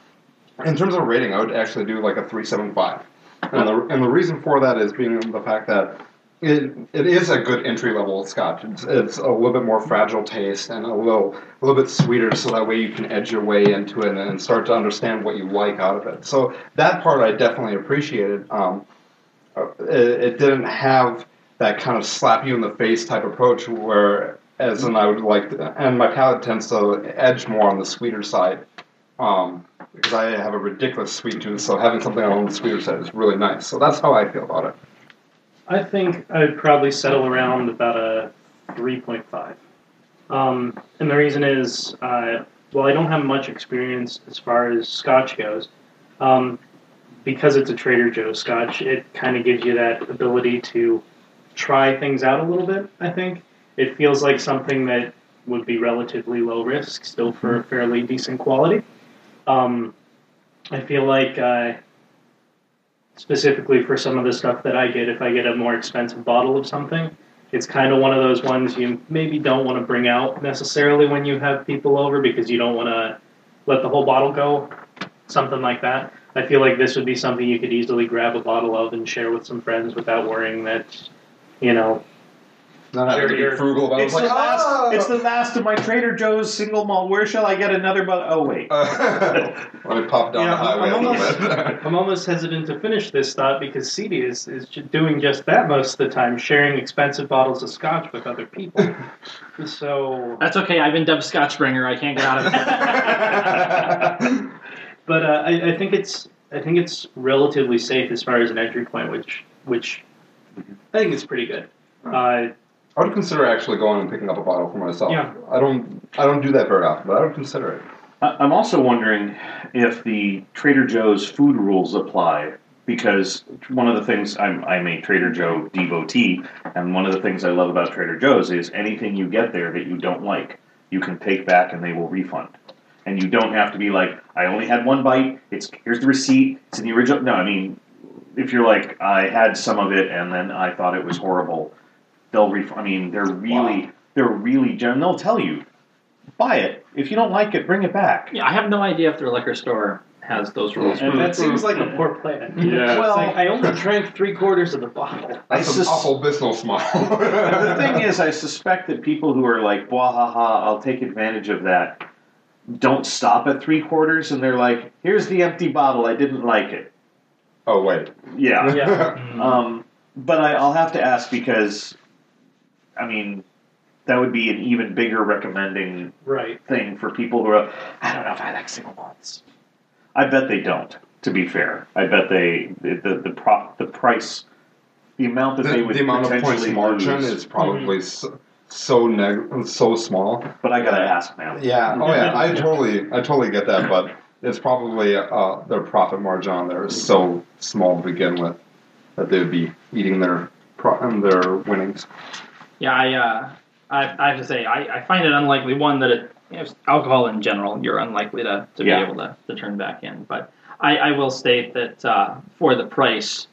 [SPEAKER 5] in terms of rating, I would actually do like a three seven five. And the and the reason for that is being the fact that it it is a good entry level Scotch. It's, it's a little bit more fragile taste and a little a little bit sweeter, so that way you can edge your way into it and start to understand what you like out of it. So that part I definitely appreciated. Um, uh, it, it didn't have that kind of slap you in the face type approach where as in I would like to, and my palate tends to edge more on the sweeter side um, because I have a ridiculous sweet tooth so having something on the sweeter side is really nice so that's how I feel about it
[SPEAKER 4] I think I'd probably settle around about a 3.5. Um, and the reason is, uh, well, I don't have much experience as far as scotch goes. Um, because it's a Trader Joe's scotch, it kind of gives you that ability to try things out a little bit, I think. It feels like something that would be relatively low risk, still for a fairly decent quality. Um, I feel like. Uh, specifically for some of the stuff that I get if I get a more expensive bottle of something. It's kind of one of those ones you maybe don't want to bring out necessarily when you have people over because you don't want to let the whole bottle go, something like that. I feel like this would be something you could easily grab a bottle of and share with some friends without worrying that, you know,
[SPEAKER 5] not having to
[SPEAKER 4] Sure,
[SPEAKER 5] be
[SPEAKER 4] you're-
[SPEAKER 5] frugal about it
[SPEAKER 1] It's,
[SPEAKER 5] It's like,
[SPEAKER 1] the last,
[SPEAKER 5] "Ah!"
[SPEAKER 1] it's the last of my Trader Joe's single malt. Where shall I get another? But oh wait,
[SPEAKER 5] "Ah!" let me pop down
[SPEAKER 4] Yeah,
[SPEAKER 5] the highway
[SPEAKER 4] I'm
[SPEAKER 5] a
[SPEAKER 4] almost-
[SPEAKER 5] little bit
[SPEAKER 4] I'm almost hesitant to finish this thought because CD is, is ju- doing just that most of the time, sharing expensive bottles of scotch with other people. so
[SPEAKER 3] That's okay. I've been dubbed Scotchbringer. I can't get out of it.
[SPEAKER 4] But uh, I, I think it's I think it's relatively safe as far as an entry point, which which I think is pretty good. Uh,
[SPEAKER 5] I would consider actually going and picking up a bottle for myself
[SPEAKER 4] Yeah.
[SPEAKER 5] I don't I don't do that very often but I would consider it
[SPEAKER 1] I- I'm also wondering if the Trader Joe's food rules apply because one of the things I'm, I'm a Trader Joe devotee, and one of the things I love about Trader Joe's is anything you get there that you don't like, you can take back and they will refund. And you don't have to be like, I only had one bite. It's here's the receipt. It's in the original. No, I mean, if you're like, I had some of it and then I thought it was horrible, they'll refund. I mean, they're really, they're really gen- They'll tell you, buy it. If you don't like it, bring it back.
[SPEAKER 3] Yeah, I have no idea if their liquor store has those rules.
[SPEAKER 1] And
[SPEAKER 4] That seems like a poor plan.
[SPEAKER 2] Yeah.
[SPEAKER 4] It's
[SPEAKER 1] Well-
[SPEAKER 4] like, I only drank three quarters of the bottle.
[SPEAKER 1] I
[SPEAKER 5] That's an
[SPEAKER 1] sus-
[SPEAKER 5] awful business model.
[SPEAKER 1] And the thing is, I suspect that people who are like, "Blah ha ha," I'll take advantage of that. Don't stop at three quarters, and they're like, "Here's the empty bottle. I didn't like it."
[SPEAKER 5] oh wait.
[SPEAKER 1] Yeah.
[SPEAKER 4] Yeah.
[SPEAKER 1] Um, but I, I'll have to ask because, I mean, that would be an even bigger recommending
[SPEAKER 4] Right.
[SPEAKER 1] thing for people who are. I don't know if I like single malts. I bet they don't. To be fair, I bet they the the, the prop the price. The amount that
[SPEAKER 5] the,
[SPEAKER 1] they would
[SPEAKER 5] the amount of points
[SPEAKER 1] potentially
[SPEAKER 5] margin
[SPEAKER 1] lose.
[SPEAKER 5] is probably so so, neg- so small.
[SPEAKER 1] but I gotta ask, man.
[SPEAKER 5] Yeah. Oh yeah. I totally I totally get that, but it's probably uh, their profit margin on there is so small to begin with that they would be eating their pro- um, their winnings.
[SPEAKER 3] Yeah, I, uh, I, I have to say, I, I find it unlikely. One that it, you know, alcohol in general, you're unlikely to, to
[SPEAKER 1] Yeah.
[SPEAKER 3] be able to, to turn back in. But I, I will state that uh, for the price,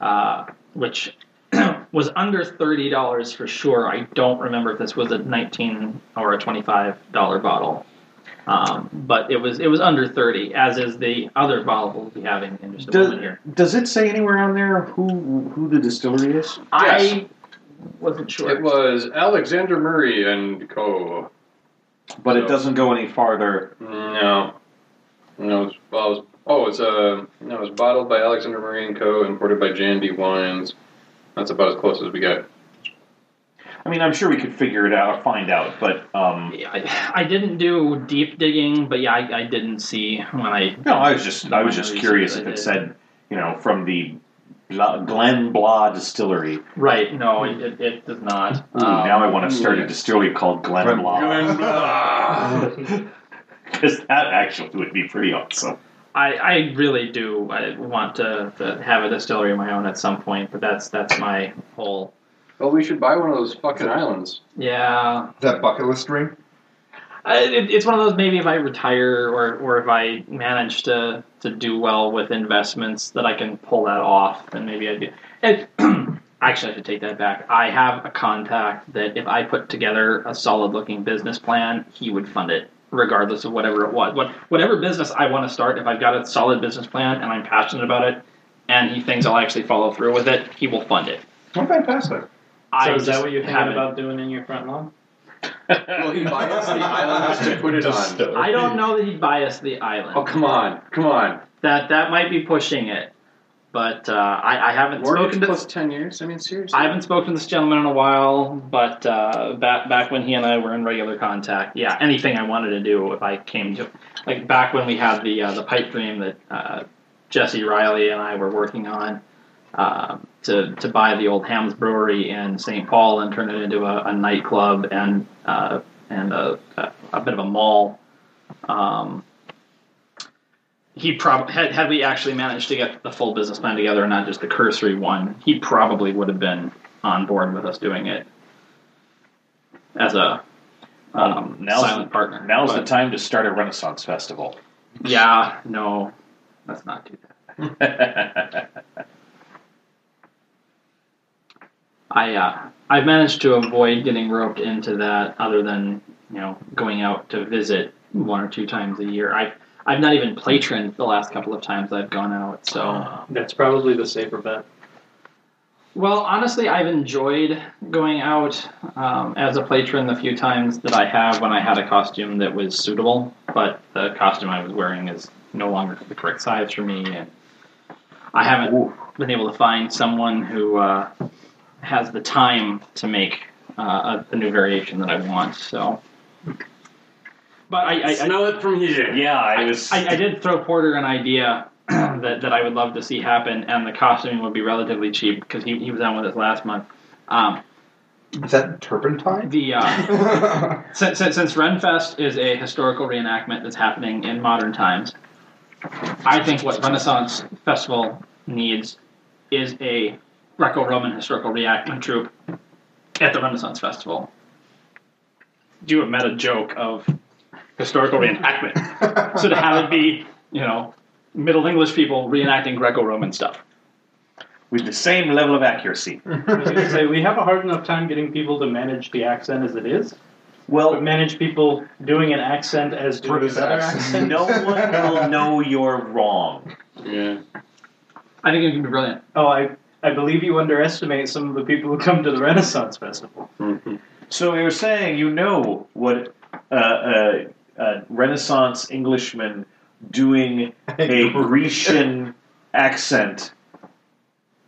[SPEAKER 3] uh, which was under thirty dollars for sure. I don't remember if this was a nineteen or a twenty-five dollar bottle, um, but it was it was under thirty. As is the other bottle we'll be having in just a
[SPEAKER 1] Does,
[SPEAKER 3] moment here.
[SPEAKER 1] does it say anywhere on there who who the distillery is?
[SPEAKER 3] I wasn't sure.
[SPEAKER 2] It was Alexander Murray and Co.
[SPEAKER 1] But it
[SPEAKER 2] No.
[SPEAKER 1] doesn't go any farther.
[SPEAKER 2] No. No, it's, well, it's, oh, it's uh, no, it's bottled by Alexander Murray and Co. Imported by Jandy Wines. That's about as close as we got.
[SPEAKER 1] I mean, I'm sure we could figure it out, find out. But um,
[SPEAKER 3] Yeah, I, I didn't do deep digging, but yeah, I, I didn't see when I.
[SPEAKER 1] no, I was just I was just
[SPEAKER 3] Research
[SPEAKER 1] curious
[SPEAKER 3] I
[SPEAKER 1] if it
[SPEAKER 3] did.
[SPEAKER 1] said you know from the Bla- Glen Blah Distillery. Ooh,
[SPEAKER 3] Right, no, it, it, it does not. Um,
[SPEAKER 1] now I want to start a
[SPEAKER 2] yeah.
[SPEAKER 1] distillery called Glen,
[SPEAKER 5] Glen-
[SPEAKER 1] Blah
[SPEAKER 2] Blah.
[SPEAKER 1] because that actually would be pretty awesome.
[SPEAKER 3] I, I really do I want to, to have a distillery of my own at some point, but that's that's my whole.
[SPEAKER 2] Well, we should buy one of those fucking islands.
[SPEAKER 3] Yeah,
[SPEAKER 5] That bucket list drink.
[SPEAKER 3] I, it, it's one of those maybe if I retire or, or if I manage to, to do well with investments that I can pull that off and maybe I'd be it, actually I should take that back. I have a contact that if I put together a solid looking business plan, he would fund it regardless of whatever it was. What whatever business I want to start, if I've got a solid business plan and I'm passionate about it and he thinks I'll actually follow through with it, he will fund it.
[SPEAKER 5] Oh, fantastic!
[SPEAKER 3] I
[SPEAKER 4] So is that
[SPEAKER 3] just
[SPEAKER 4] what you're thinking
[SPEAKER 3] haven't-
[SPEAKER 4] about doing in your front lawn?
[SPEAKER 2] Will he buy us the island just to put it on?
[SPEAKER 5] Distillery.
[SPEAKER 3] I don't know that he'd buy us the island.
[SPEAKER 2] Oh, come on. Come on.
[SPEAKER 3] that that might be pushing it, but uh, I, I haven't
[SPEAKER 2] Mortgage
[SPEAKER 3] spoken to
[SPEAKER 2] plus 10 years? I mean, seriously?
[SPEAKER 3] I haven't spoken to this gentleman in a while. But uh, back back when he and I were in regular contact, yeah, anything I wanted to do if I came to like back when we had the uh, the pipe dream that uh, Jesse Riley and I were working on. Uh, to, to buy the old Hams Brewery in St. Paul and turn it into a, a nightclub and uh, and a, a, a bit of a mall. Um, he probably had, had we actually managed to get the full business plan together and not just the cursory one, he probably would have been on board with us doing it as a um,
[SPEAKER 1] now's
[SPEAKER 3] silent partner.
[SPEAKER 1] Now's the
[SPEAKER 3] But,
[SPEAKER 1] time to start a Renaissance festival.
[SPEAKER 3] yeah, no, let's not do that. I uh, I've managed to avoid getting roped into that, other than you know going out to visit one or two times a year. I've I've not even platroned the last couple of times I've gone out, so.
[SPEAKER 4] That's probably the safer bet.
[SPEAKER 3] Well, honestly, I've enjoyed going out um, as a patron the few times that I have when I had a costume that was suitable, but the costume I was wearing is no longer the correct size for me, and I haven't
[SPEAKER 1] Ooh.
[SPEAKER 3] been able to find someone who uh, has the time to make uh, a, the new variation that I want. So, but I, I, I
[SPEAKER 2] smell it from here.
[SPEAKER 1] yeah, I
[SPEAKER 3] I,
[SPEAKER 1] was.
[SPEAKER 3] I, I did throw Porter an idea that, that I would love to see happen, and the costuming would be relatively cheap because he, he was on with us last month. Um,
[SPEAKER 5] Is that turpentine?
[SPEAKER 3] The uh,
[SPEAKER 5] oh,
[SPEAKER 3] since, since, since Renfest is a historical reenactment that's happening in modern times, I think what Renaissance Festival needs is a Greco-Roman historical reenactment troupe at the Renaissance Festival. You have met a joke of historical reenactment, so to have it be, you know, Middle English people reenacting Greco-Roman stuff.
[SPEAKER 1] with the same level of accuracy.
[SPEAKER 4] I was going to say, we have a hard enough time getting people to manage the accent as it is, but
[SPEAKER 1] Well,
[SPEAKER 4] manage people doing an accent as doing
[SPEAKER 5] British
[SPEAKER 4] another
[SPEAKER 5] accent.
[SPEAKER 4] accent.
[SPEAKER 1] no one will know you're wrong.
[SPEAKER 2] Yeah.
[SPEAKER 3] I think it can be brilliant.
[SPEAKER 4] Oh, I, I believe you underestimate some of the people who come to the Renaissance Festival.
[SPEAKER 2] Mm-hmm.
[SPEAKER 1] So you're saying you know what uh, uh, uh, Renaissance Englishman doing a Grecian accent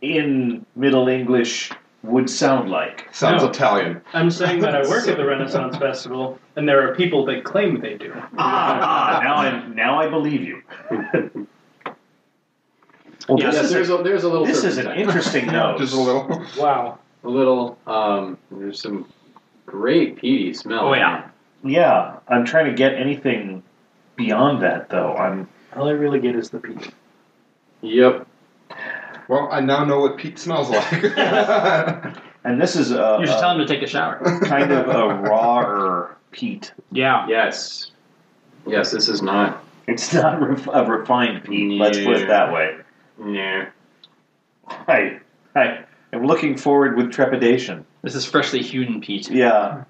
[SPEAKER 1] in Middle English would sound like.
[SPEAKER 5] Sounds
[SPEAKER 4] No.
[SPEAKER 5] Italian.
[SPEAKER 4] I'm saying that I work at the Renaissance Festival, and there are people that claim they do.
[SPEAKER 1] Ah, ah now I now I believe you.
[SPEAKER 5] Well,
[SPEAKER 3] Yeah,
[SPEAKER 2] Yes,
[SPEAKER 1] this is
[SPEAKER 2] there's a, there's a little.
[SPEAKER 1] This is an
[SPEAKER 2] turpentine.
[SPEAKER 1] interesting nose.
[SPEAKER 5] Just a little.
[SPEAKER 4] Wow.
[SPEAKER 2] A little. Um, there's some great peaty smell.
[SPEAKER 3] Oh, yeah.
[SPEAKER 1] Yeah, I'm trying to get anything beyond that though. I'm
[SPEAKER 4] All I really get is the peach.
[SPEAKER 2] Yep.
[SPEAKER 5] Well, I now know what Pete smells like. kind
[SPEAKER 1] and this is a,
[SPEAKER 3] You should
[SPEAKER 1] a
[SPEAKER 3] tell him to take a shower.
[SPEAKER 1] kind of a rawer peat.
[SPEAKER 3] Yeah.
[SPEAKER 2] Yes. Yes. This is not.
[SPEAKER 1] It's not ref- a refined peat. Let's put it
[SPEAKER 2] Yeah.
[SPEAKER 1] that way.
[SPEAKER 2] Nah.
[SPEAKER 1] I I am looking forward with trepidation.
[SPEAKER 3] This is freshly hewn and peat.
[SPEAKER 1] Yeah.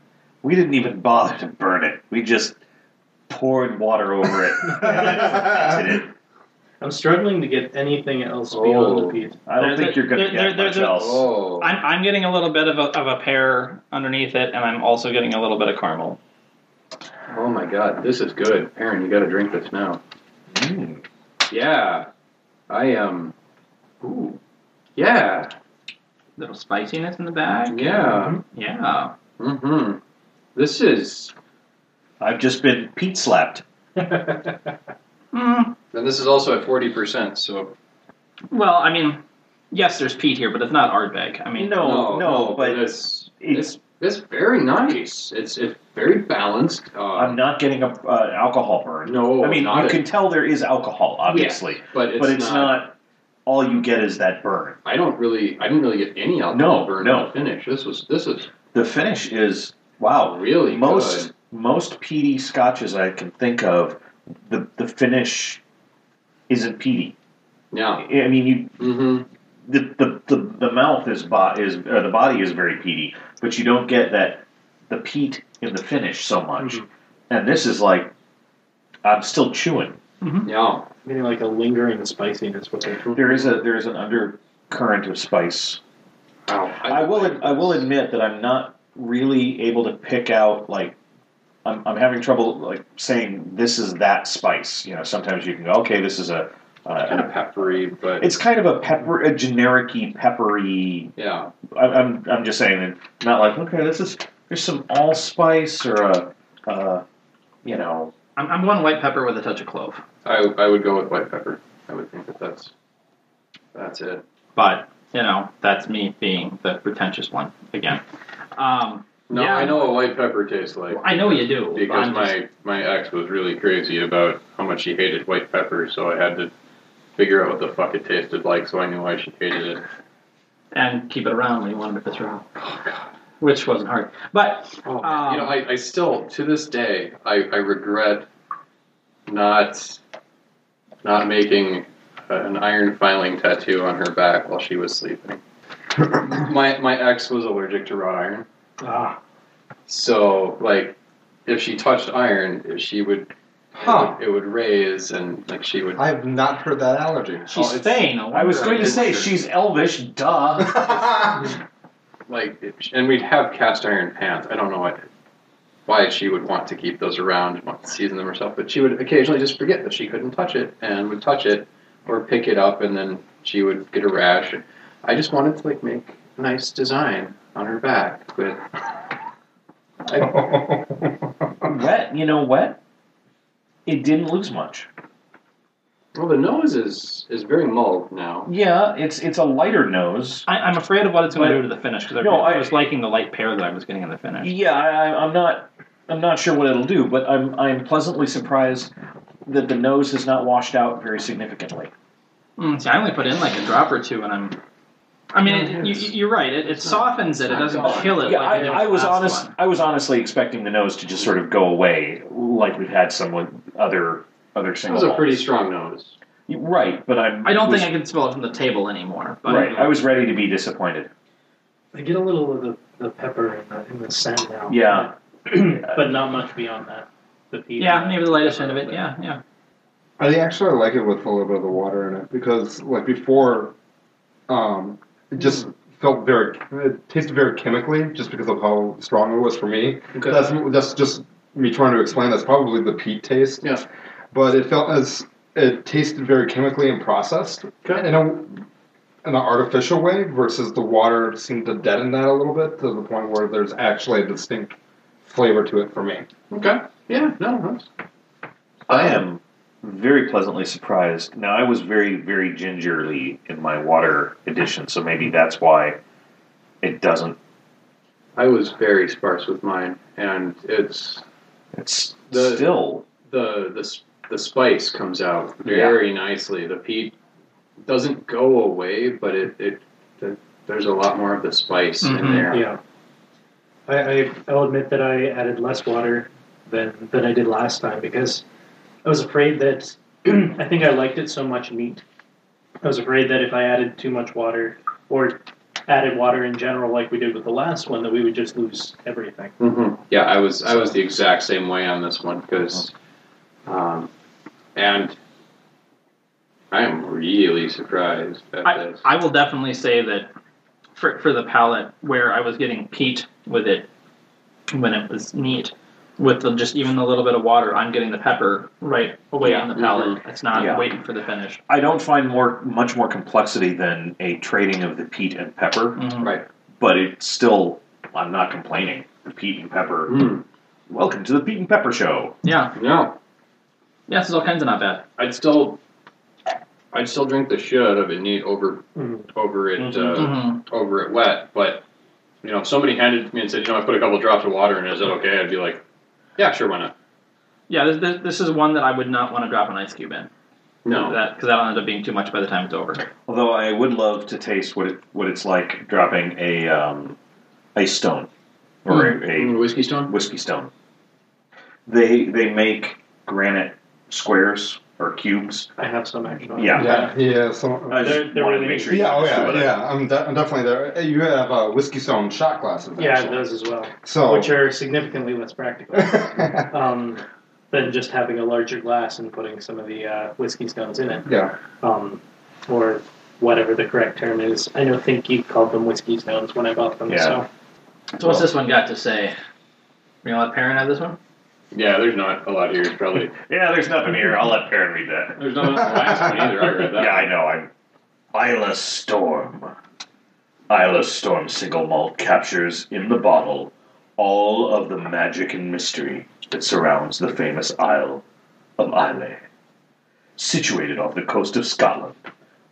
[SPEAKER 1] We didn't even bother to burn it. We just poured water over it. And it.
[SPEAKER 4] I'm struggling to get anything else beyond
[SPEAKER 2] Oh.
[SPEAKER 4] the peach.
[SPEAKER 1] I don't
[SPEAKER 3] There-
[SPEAKER 1] think you're going to
[SPEAKER 3] there-
[SPEAKER 1] get
[SPEAKER 3] there- there-
[SPEAKER 1] much
[SPEAKER 3] there-
[SPEAKER 1] else.
[SPEAKER 2] Oh.
[SPEAKER 3] I'm, I'm getting a little bit of a, of a pear underneath it, and I'm also getting a little bit of caramel.
[SPEAKER 2] Oh my God. This is good, Aaron. You got to drink this now.
[SPEAKER 1] Mm.
[SPEAKER 2] Yeah. I um. Ooh. Yeah.
[SPEAKER 3] little spiciness in the bag.
[SPEAKER 2] Yeah.
[SPEAKER 3] Yeah.
[SPEAKER 2] Mm-hmm. This is.
[SPEAKER 1] I've just been peat slapped.
[SPEAKER 3] Mm,
[SPEAKER 2] And this is also at forty percent. So.
[SPEAKER 3] well, I mean, yes, there's peat here, but it's not Ardbeg. I mean,
[SPEAKER 1] No, no, but
[SPEAKER 2] it's
[SPEAKER 1] it's-
[SPEAKER 2] it's it's Oh, very nice. It's it's very balanced. Uh,
[SPEAKER 1] I'm not getting a uh, alcohol burn.
[SPEAKER 2] no,
[SPEAKER 1] I mean,
[SPEAKER 2] not
[SPEAKER 1] you
[SPEAKER 2] it.
[SPEAKER 1] can tell there is alcohol, obviously,
[SPEAKER 2] but it's,
[SPEAKER 1] but it's not, all you get is that burn.
[SPEAKER 2] I don't really. I didn't really get any alcohol
[SPEAKER 1] No,
[SPEAKER 2] burn
[SPEAKER 1] no.
[SPEAKER 2] on the finish. This was. This is
[SPEAKER 1] The finish is wow.
[SPEAKER 2] really
[SPEAKER 1] most
[SPEAKER 2] good.
[SPEAKER 1] most peaty scotches I can think of, the the finish isn't peaty.
[SPEAKER 2] Yeah.
[SPEAKER 1] I mean, you
[SPEAKER 2] Mm-hmm.
[SPEAKER 1] the, the, the, the mouth is bo- is or the body is very peaty, but you don't get that the peat in the finish so much. And this is like I'm still chewing.
[SPEAKER 2] Yeah.
[SPEAKER 4] Getting like a lingering spiciness with it.
[SPEAKER 1] There is a there is an undercurrent of spice.
[SPEAKER 2] Wow.
[SPEAKER 1] I will I will admit that I'm not really able to pick out like I'm, I'm having trouble like saying this is that spice. You know, sometimes you can go okay, this is a
[SPEAKER 2] Kind
[SPEAKER 1] uh,
[SPEAKER 2] of peppery, but
[SPEAKER 1] it's kind of a pepper a generic-y peppery
[SPEAKER 2] yeah.
[SPEAKER 1] I- I'm I'm just saying, and not like okay, this is there's some allspice or a, uh, you know,
[SPEAKER 3] I'm, I'm going white pepper with a touch of clove.
[SPEAKER 2] I I would go with white pepper. I would think that that's that's it.
[SPEAKER 3] But, you know, that's me being the pretentious one again. Um,
[SPEAKER 2] No,
[SPEAKER 3] Yeah.
[SPEAKER 2] I know what white pepper tastes like.
[SPEAKER 3] I know you do. but
[SPEAKER 2] because
[SPEAKER 3] I'm
[SPEAKER 2] my
[SPEAKER 3] just-
[SPEAKER 2] my ex was really crazy about how much she hated white pepper, so I had to figure out what the fuck it tasted like, so I knew why she hated it.
[SPEAKER 3] and keep it around when you wanted to throw out.
[SPEAKER 1] Oh,
[SPEAKER 3] Which wasn't hard. But, um,
[SPEAKER 2] you know, I, I still to this day I, I regret not not making a- an iron filing tattoo on her back while she was sleeping. my my ex was allergic to wrought iron.
[SPEAKER 4] Ah,
[SPEAKER 2] So, like, if she touched iron, she would,
[SPEAKER 5] Huh.
[SPEAKER 2] it would, it would raise, and like she would.
[SPEAKER 5] I have not heard that allergy.
[SPEAKER 3] she's
[SPEAKER 2] it's-
[SPEAKER 3] Spain. no
[SPEAKER 1] oh, I was
[SPEAKER 3] wonder.
[SPEAKER 1] going to say she's Elvish, duh.
[SPEAKER 2] like, it, and we'd have cast iron pans. I don't know what, why she would want to keep those around, want to season them herself, but she would occasionally just forget that she couldn't touch it, and would touch it, or pick it up, and then she would get a rash. I just wanted to like make a nice design on her back with. I,
[SPEAKER 1] Wet, you know, wet. It didn't lose much.
[SPEAKER 2] Well, the nose is is very mulled now.
[SPEAKER 1] Yeah, it's it's a lighter nose.
[SPEAKER 7] I, I'm afraid of what it's going to do to the finish because I,
[SPEAKER 1] No, I-
[SPEAKER 7] I was liking the light pair that I was getting in the finish.
[SPEAKER 1] Yeah, I, I- I'm not I'm not sure what it'll do, but I'm I'm pleasantly surprised that the nose has not washed out very significantly.
[SPEAKER 3] Mm, see, I only put in like a drop or two, and I'm. I mean,
[SPEAKER 2] Yeah,
[SPEAKER 3] it, you,
[SPEAKER 2] it's-
[SPEAKER 3] you're right. It, it softens it. It
[SPEAKER 2] not
[SPEAKER 3] doesn't
[SPEAKER 2] gone.
[SPEAKER 3] kill it.
[SPEAKER 1] Yeah,
[SPEAKER 3] like it did
[SPEAKER 1] I, I
[SPEAKER 3] with
[SPEAKER 1] was
[SPEAKER 3] the last
[SPEAKER 1] honest.
[SPEAKER 3] one.
[SPEAKER 1] I was honestly expecting the nose to just sort of go away, like we've had some with other other
[SPEAKER 2] That
[SPEAKER 1] single.
[SPEAKER 2] was a pretty
[SPEAKER 1] malts.
[SPEAKER 2] strong nose.
[SPEAKER 1] right, but I'm.
[SPEAKER 3] I don't
[SPEAKER 1] was-
[SPEAKER 3] think I can smell it from the table anymore. But
[SPEAKER 1] Right, I was ready to be disappointed.
[SPEAKER 7] I get a little of the, the pepper in the, in the scent now.
[SPEAKER 1] Yeah,
[SPEAKER 4] but not much beyond that. The peat
[SPEAKER 3] Yeah,
[SPEAKER 4] and
[SPEAKER 3] maybe the lightest end of it. Yeah, yeah.
[SPEAKER 5] I actually like it with a little bit of the water in it because, like before, um, it just felt very, it tasted very chemically just because of how strong it was for me.
[SPEAKER 2] Okay.
[SPEAKER 5] That's that's just me trying to explain. That's probably the peat taste.
[SPEAKER 2] Yeah.
[SPEAKER 5] But it felt as it tasted very chemically and processed
[SPEAKER 2] Okay.
[SPEAKER 5] in a in an artificial way versus the water seemed to deaden that a little bit to the point where there's actually a distinct flavor to it for me.
[SPEAKER 2] Okay. Yeah. No. That's,
[SPEAKER 1] I am very pleasantly surprised. Now, I was very, very gingerly in my water addition, so maybe that's why it doesn't.
[SPEAKER 2] I was very sparse with mine, and it's
[SPEAKER 1] It's
[SPEAKER 2] The-
[SPEAKER 1] still
[SPEAKER 2] the the s- the spice comes out very nicely. The peat doesn't go away, but it it the, there's a lot more of the spice in
[SPEAKER 7] Mm-hmm.
[SPEAKER 3] Mhm.
[SPEAKER 2] there.
[SPEAKER 7] Yeah. I, I, I'll admit that I added less water than, than I did last time because I was afraid that I think I liked it so much neat. I was afraid that if I added too much water or added water in general, like we did with the last one, that we would just lose everything.
[SPEAKER 2] Mm-hmm. Yeah, I was I was the exact same way on this one because,
[SPEAKER 3] Mm-hmm.
[SPEAKER 2] um, and I am really surprised at
[SPEAKER 3] I,
[SPEAKER 2] this.
[SPEAKER 3] I will definitely say that for, for the palate where I was getting peat with it when it was neat with the, just even a little bit of water I'm getting the pepper right away on the palate it's not
[SPEAKER 1] Yeah.
[SPEAKER 3] waiting for the finish
[SPEAKER 1] I don't find more much more complexity than a trading of the peat and pepper,
[SPEAKER 3] Mhm.
[SPEAKER 1] but it's still I'm not complaining. The peat and pepper.
[SPEAKER 2] Mm.
[SPEAKER 1] Welcome to the peat and pepper show.
[SPEAKER 3] yeah
[SPEAKER 2] No,
[SPEAKER 3] yeah it's all kinds of not bad
[SPEAKER 2] I'd still I'd still drink the shit out of it neat over
[SPEAKER 7] Mhm.
[SPEAKER 2] over it uh,
[SPEAKER 3] Mhm.
[SPEAKER 2] over it wet. But you know, if somebody handed it to me and said, you know, I put a couple drops of water in, it, is it okay? I'd be like, yeah, sure, why not?
[SPEAKER 3] yeah this, this, this is one that I would not want to drop an ice cube in
[SPEAKER 2] No,
[SPEAKER 3] that because that'll end up being too much by the time it's over
[SPEAKER 1] Although I would love to taste what it what it's like dropping a um, a stone or a, a
[SPEAKER 2] Mm, whiskey stone.
[SPEAKER 1] Whiskey Stone. They they make granite squares or cubes.
[SPEAKER 7] I have some actually.
[SPEAKER 1] Yeah.
[SPEAKER 5] Yeah, yeah. So
[SPEAKER 1] I just
[SPEAKER 4] They're- they're
[SPEAKER 1] wanted
[SPEAKER 4] really
[SPEAKER 1] to make sure. you
[SPEAKER 5] Yeah, oh
[SPEAKER 1] understood
[SPEAKER 5] yeah,
[SPEAKER 1] it.
[SPEAKER 5] yeah. I'm, de- I'm definitely there. You have uh, whiskey stone shot glasses.
[SPEAKER 4] Yeah,
[SPEAKER 5] actually.
[SPEAKER 4] those as well,
[SPEAKER 5] So.
[SPEAKER 4] which are significantly less practical
[SPEAKER 5] yeah,
[SPEAKER 4] um, than just having a larger glass and putting some of the uh, whiskey stones in it, um, or whatever the correct term is. I don't think you called them whiskey stones when I bought them.
[SPEAKER 1] Yeah.
[SPEAKER 4] So
[SPEAKER 3] so what's this one got to say you gonna let Perrin have this one
[SPEAKER 2] Yeah, there's not a lot here. It's probably
[SPEAKER 1] Yeah, there's nothing here. I'll let Perrin read that.
[SPEAKER 2] there's not enough wax in it either. I read that.
[SPEAKER 1] Yeah, I know. I'm Isla Storm. Isla Storm single malt captures in the bottle all of the magic and mystery that surrounds the famous Isle of Islay. Situated off the coast of Scotland,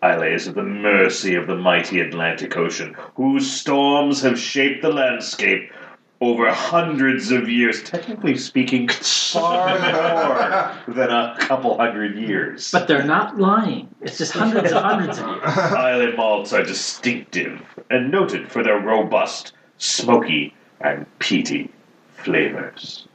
[SPEAKER 1] Islay is at the mercy of the mighty Atlantic Ocean, whose storms have shaped the landscape over hundreds of years. Technically speaking, far more than a couple hundred years.
[SPEAKER 3] but they're not lying it's just hundreds and hundreds of years
[SPEAKER 1] Island malts are distinctive and noted for their robust, smoky, and peaty flavors.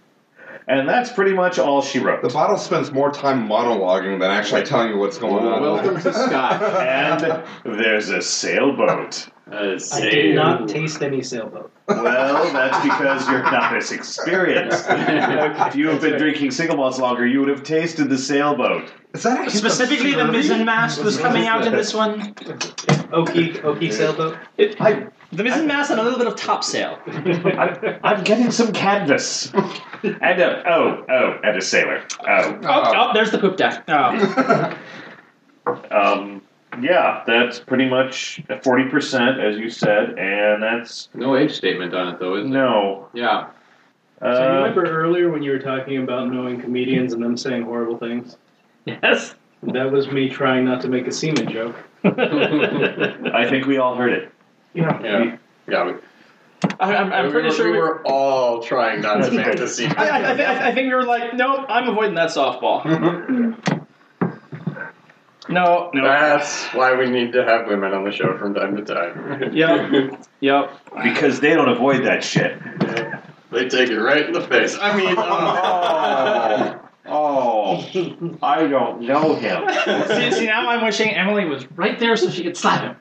[SPEAKER 1] And that's pretty much all she wrote.
[SPEAKER 5] the bottle spends more time monologuing than actually telling you what's going on.
[SPEAKER 2] Welcome to Scotland.
[SPEAKER 1] and there's a sailboat.
[SPEAKER 2] Uh,
[SPEAKER 7] I did
[SPEAKER 2] save.
[SPEAKER 7] not taste any sailboat.
[SPEAKER 1] Well, that's because you're not as experienced. If you have been drinking single malts longer, you would have tasted the sailboat.
[SPEAKER 5] Is that actually
[SPEAKER 7] Specifically, the mizzen mast was coming out in this one.
[SPEAKER 4] oaky, oaky sailboat.
[SPEAKER 1] I,
[SPEAKER 7] The mizzen mast and a little bit of topsail.
[SPEAKER 2] Oh,
[SPEAKER 1] I, I'm getting some canvas. And a, oh, oh, and a sailor. Oh.
[SPEAKER 7] Oh, there's the poop deck. Oh.
[SPEAKER 1] Um, yeah, that's pretty much forty percent, as you said, and that's
[SPEAKER 2] No age statement on it though, is it?
[SPEAKER 1] no.
[SPEAKER 2] Yeah.
[SPEAKER 4] So you
[SPEAKER 1] Uh,
[SPEAKER 4] remember earlier when you were talking about knowing comedians and them saying horrible things?
[SPEAKER 3] yes
[SPEAKER 4] That was me trying not to make a semen joke.
[SPEAKER 1] I think we all heard it.
[SPEAKER 4] Yeah.
[SPEAKER 2] Yeah. Yeah, we,
[SPEAKER 3] I, I'm, I'm
[SPEAKER 2] we
[SPEAKER 3] pretty
[SPEAKER 2] were,
[SPEAKER 3] sure
[SPEAKER 2] we
[SPEAKER 3] we
[SPEAKER 2] were all trying not to make the scene.
[SPEAKER 3] I, I, I, thi- I think we were like, nope, I'm avoiding that softball. No,
[SPEAKER 1] Uh,
[SPEAKER 2] That's why we need to have women on the show from time to time.
[SPEAKER 3] Yep. Yep.
[SPEAKER 1] Because they don't avoid that shit.
[SPEAKER 2] they take it right in the face. I mean, uh,
[SPEAKER 1] Oh, oh I don't know him.
[SPEAKER 3] see, see, now I'm wishing Emily was right there so she could slap him.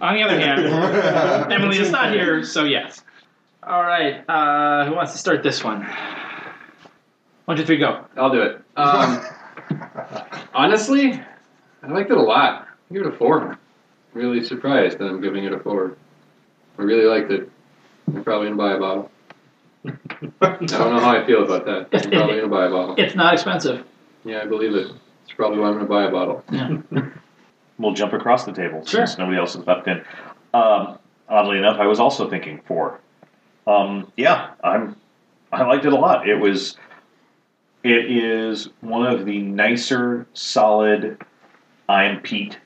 [SPEAKER 3] On the other hand,
[SPEAKER 7] oh.
[SPEAKER 3] Emily is not here, so yes. All right, uh, who wants to start this one? One, two, three, go.
[SPEAKER 2] I'll do it. Um, honestly, I liked it a lot. I give it a four. Really surprised that I'm giving it a four. I really liked it. I'm probably gonna buy a bottle. I don't know how I feel about that. I'm probably gonna buy a bottle.
[SPEAKER 3] It's not expensive.
[SPEAKER 2] Yeah, I believe it. It's probably why I'm gonna buy a bottle.
[SPEAKER 1] We'll jump across the table
[SPEAKER 3] Sure.
[SPEAKER 1] since nobody else has leapt in. Um, oddly enough, I was also thinking four. Um, yeah, I'm. I liked it a lot. It was. It is one of the nicer, solid. I'm Pete,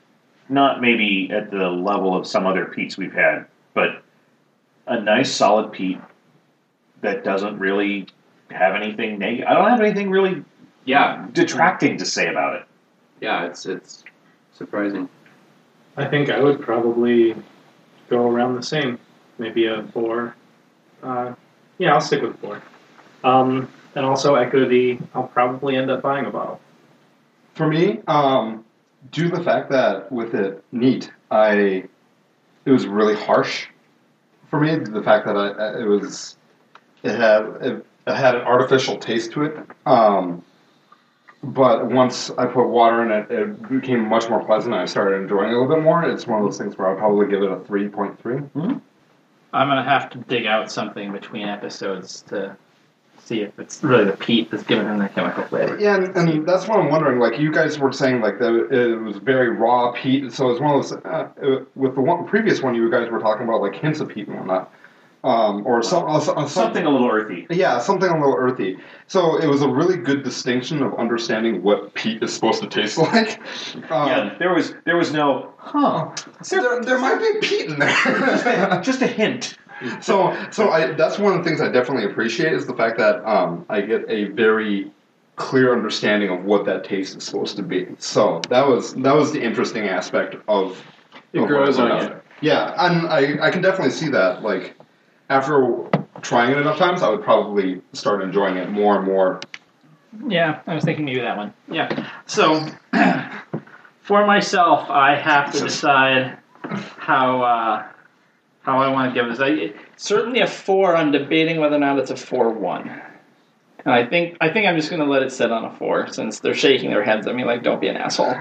[SPEAKER 1] not maybe at the level of some other Pete's we've had, but a nice, solid Pete that doesn't really have anything negative. I don't have anything really
[SPEAKER 2] Yeah,
[SPEAKER 1] detracting to say about it.
[SPEAKER 2] yeah. It's it's surprising.
[SPEAKER 4] I think I would probably go around the same. Maybe a four. Uh, yeah, I'll stick with four. Um, and also echo the, I'll probably end up buying a bottle.
[SPEAKER 5] For me, um, due to the fact that with it neat, I it was really harsh. For me, the fact that I- I, it was it had it, it had an artificial taste to it. Um, but once I put water in it, it became much more pleasant. and I started enjoying it a little bit more. It's one of those things where I'd probably give it a three point three.
[SPEAKER 3] I'm gonna have to dig out something between episodes to see if it's really the Pete that's giving him that chemical flavor.
[SPEAKER 5] Yeah, and, and that's what I'm wondering. Like you guys were saying, like that it was very raw peat. So it's one of those. Uh, uh, with the one previous one, you guys were talking about like hints of peat and whatnot, um, or some, uh, so- uh, some-
[SPEAKER 1] Something a little earthy.
[SPEAKER 5] Yeah, something a little earthy. So it was a really good distinction of understanding what peat is supposed to taste like. Um,
[SPEAKER 1] yeah, there was there was no huh.
[SPEAKER 5] There, there might be peat in there.
[SPEAKER 1] Just a hint.
[SPEAKER 5] so, so I, that's one of the things I definitely appreciate is the fact that um, I get a very clear understanding of what that taste is supposed to be. So that was that was the interesting aspect of.
[SPEAKER 2] It
[SPEAKER 5] of
[SPEAKER 2] grows
[SPEAKER 5] what
[SPEAKER 2] on
[SPEAKER 5] went
[SPEAKER 2] you.
[SPEAKER 5] out. Yeah, and I I can definitely see that. Like after trying it enough times, I would probably start enjoying it more and more.
[SPEAKER 3] Yeah, I was thinking maybe that one. Yeah. So, for myself, I have to decide how uh, how I want to give this. I, certainly a four. I'm debating whether or not it's a four one. And I think I think I'm just going to let it sit on a four since they're shaking their heads at me like, "Don't be an asshole."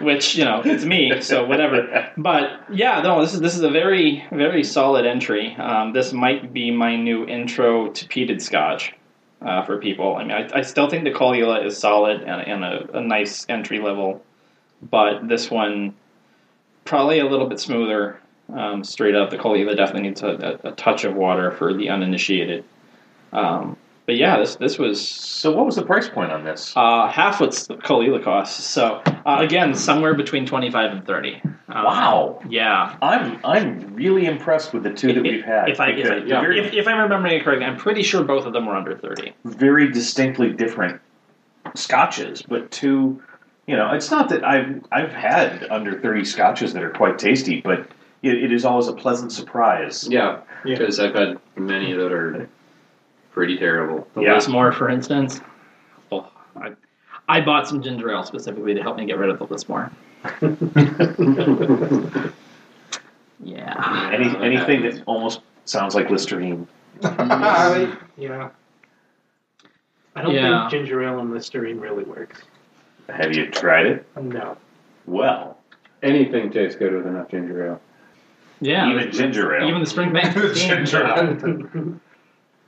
[SPEAKER 3] Which you know, it's me, so whatever. But yeah, no, this is this is a very very solid entry. Um, this might be my new intro to peated scotch uh, for people. I mean, I, I still think the Colula is solid and, and a, a nice entry level, but this one probably a little bit smoother. Um, straight up, the Colula definitely needs a, a, a touch of water for the uninitiated. Um, but yeah, this this was
[SPEAKER 1] So what was the price point on this?
[SPEAKER 3] uh, half what the Colula costs. So uh, again, somewhere between twenty five and thirty. Um,
[SPEAKER 1] Wow.
[SPEAKER 3] Yeah,
[SPEAKER 1] I'm I'm really impressed with the two that we've had.
[SPEAKER 3] If I, if, I,
[SPEAKER 1] Because
[SPEAKER 2] yeah.
[SPEAKER 1] they're
[SPEAKER 3] if, if I'm remembering it correctly, I'm pretty sure both of them were under thirty.
[SPEAKER 1] very distinctly different scotches, but two you know, it's not that I've I've had under thirty scotches that are quite tasty, but it, it is always a pleasant surprise.
[SPEAKER 2] Yeah,
[SPEAKER 4] Yeah.
[SPEAKER 2] because I've had many that are pretty terrible.
[SPEAKER 3] The
[SPEAKER 1] Yeah.
[SPEAKER 3] Lismore, for instance. Oh, I, I bought some ginger ale specifically to help me get rid of the Lismore. yeah.
[SPEAKER 1] Any anything that almost sounds like Listerine.
[SPEAKER 4] Yeah. I don't
[SPEAKER 3] Yeah.
[SPEAKER 4] think ginger ale and Listerine really works.
[SPEAKER 1] Have you tried it?
[SPEAKER 4] No.
[SPEAKER 1] Well,
[SPEAKER 2] Anything tastes good with enough ginger ale.
[SPEAKER 3] Yeah.
[SPEAKER 1] even ginger ale.
[SPEAKER 3] even the spring bank.
[SPEAKER 5] Ginger ale.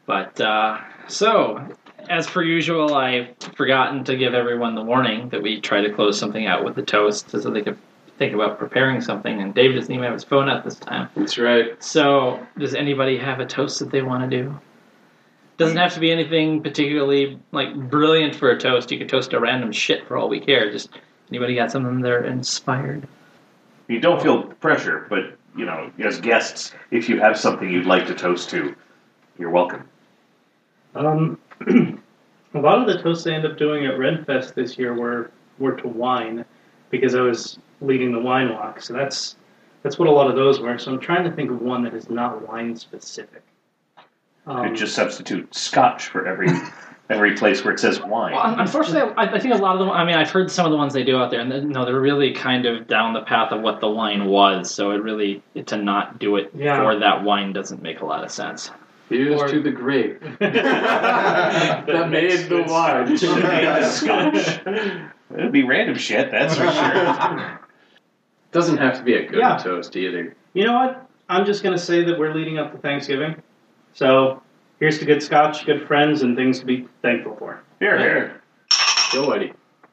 [SPEAKER 3] But uh, so, as per usual, I've forgotten to give everyone the warning that we try to close something out with the toast so they could think about preparing something. And Dave doesn't even have his phone out this time.
[SPEAKER 2] That's right.
[SPEAKER 3] So, does anybody have a toast that they want to do? Doesn't have to be anything particularly like brilliant for a toast. You could toast to random shit for all we care. Just anybody got something they're inspired.
[SPEAKER 1] You don't feel pressure, but you know, as guests, if you have something you'd like to toast to, you're welcome.
[SPEAKER 4] Um, a lot of the toasts I end up doing at Renfest this year were were to wine, because I was leading the wine walk. So that's that's what a lot of those were. So I'm trying to think of one that is not wine specific.
[SPEAKER 1] You
[SPEAKER 4] Um,
[SPEAKER 1] could just substitute scotch for every every place where it says wine.
[SPEAKER 3] Well, un- unfortunately, I, I think a lot of the. I mean, I've heard some of the ones they do out there, and then, no, they're really kind of down the path of what the wine was. So it really to not do it
[SPEAKER 4] Yeah.
[SPEAKER 3] for that wine doesn't make a lot of sense.
[SPEAKER 6] Here's
[SPEAKER 4] Or-
[SPEAKER 6] to the grape
[SPEAKER 2] That
[SPEAKER 6] that made the wine.
[SPEAKER 1] scotch. It'd be random shit, that's for sure.
[SPEAKER 6] Doesn't have to be a good
[SPEAKER 4] Yeah.
[SPEAKER 6] toast either.
[SPEAKER 4] You know what? I'm just gonna say that we're leading up to Thanksgiving. So here's to good scotch, good friends, and things to be thankful for.
[SPEAKER 1] Here, here.
[SPEAKER 6] Go, Eddie.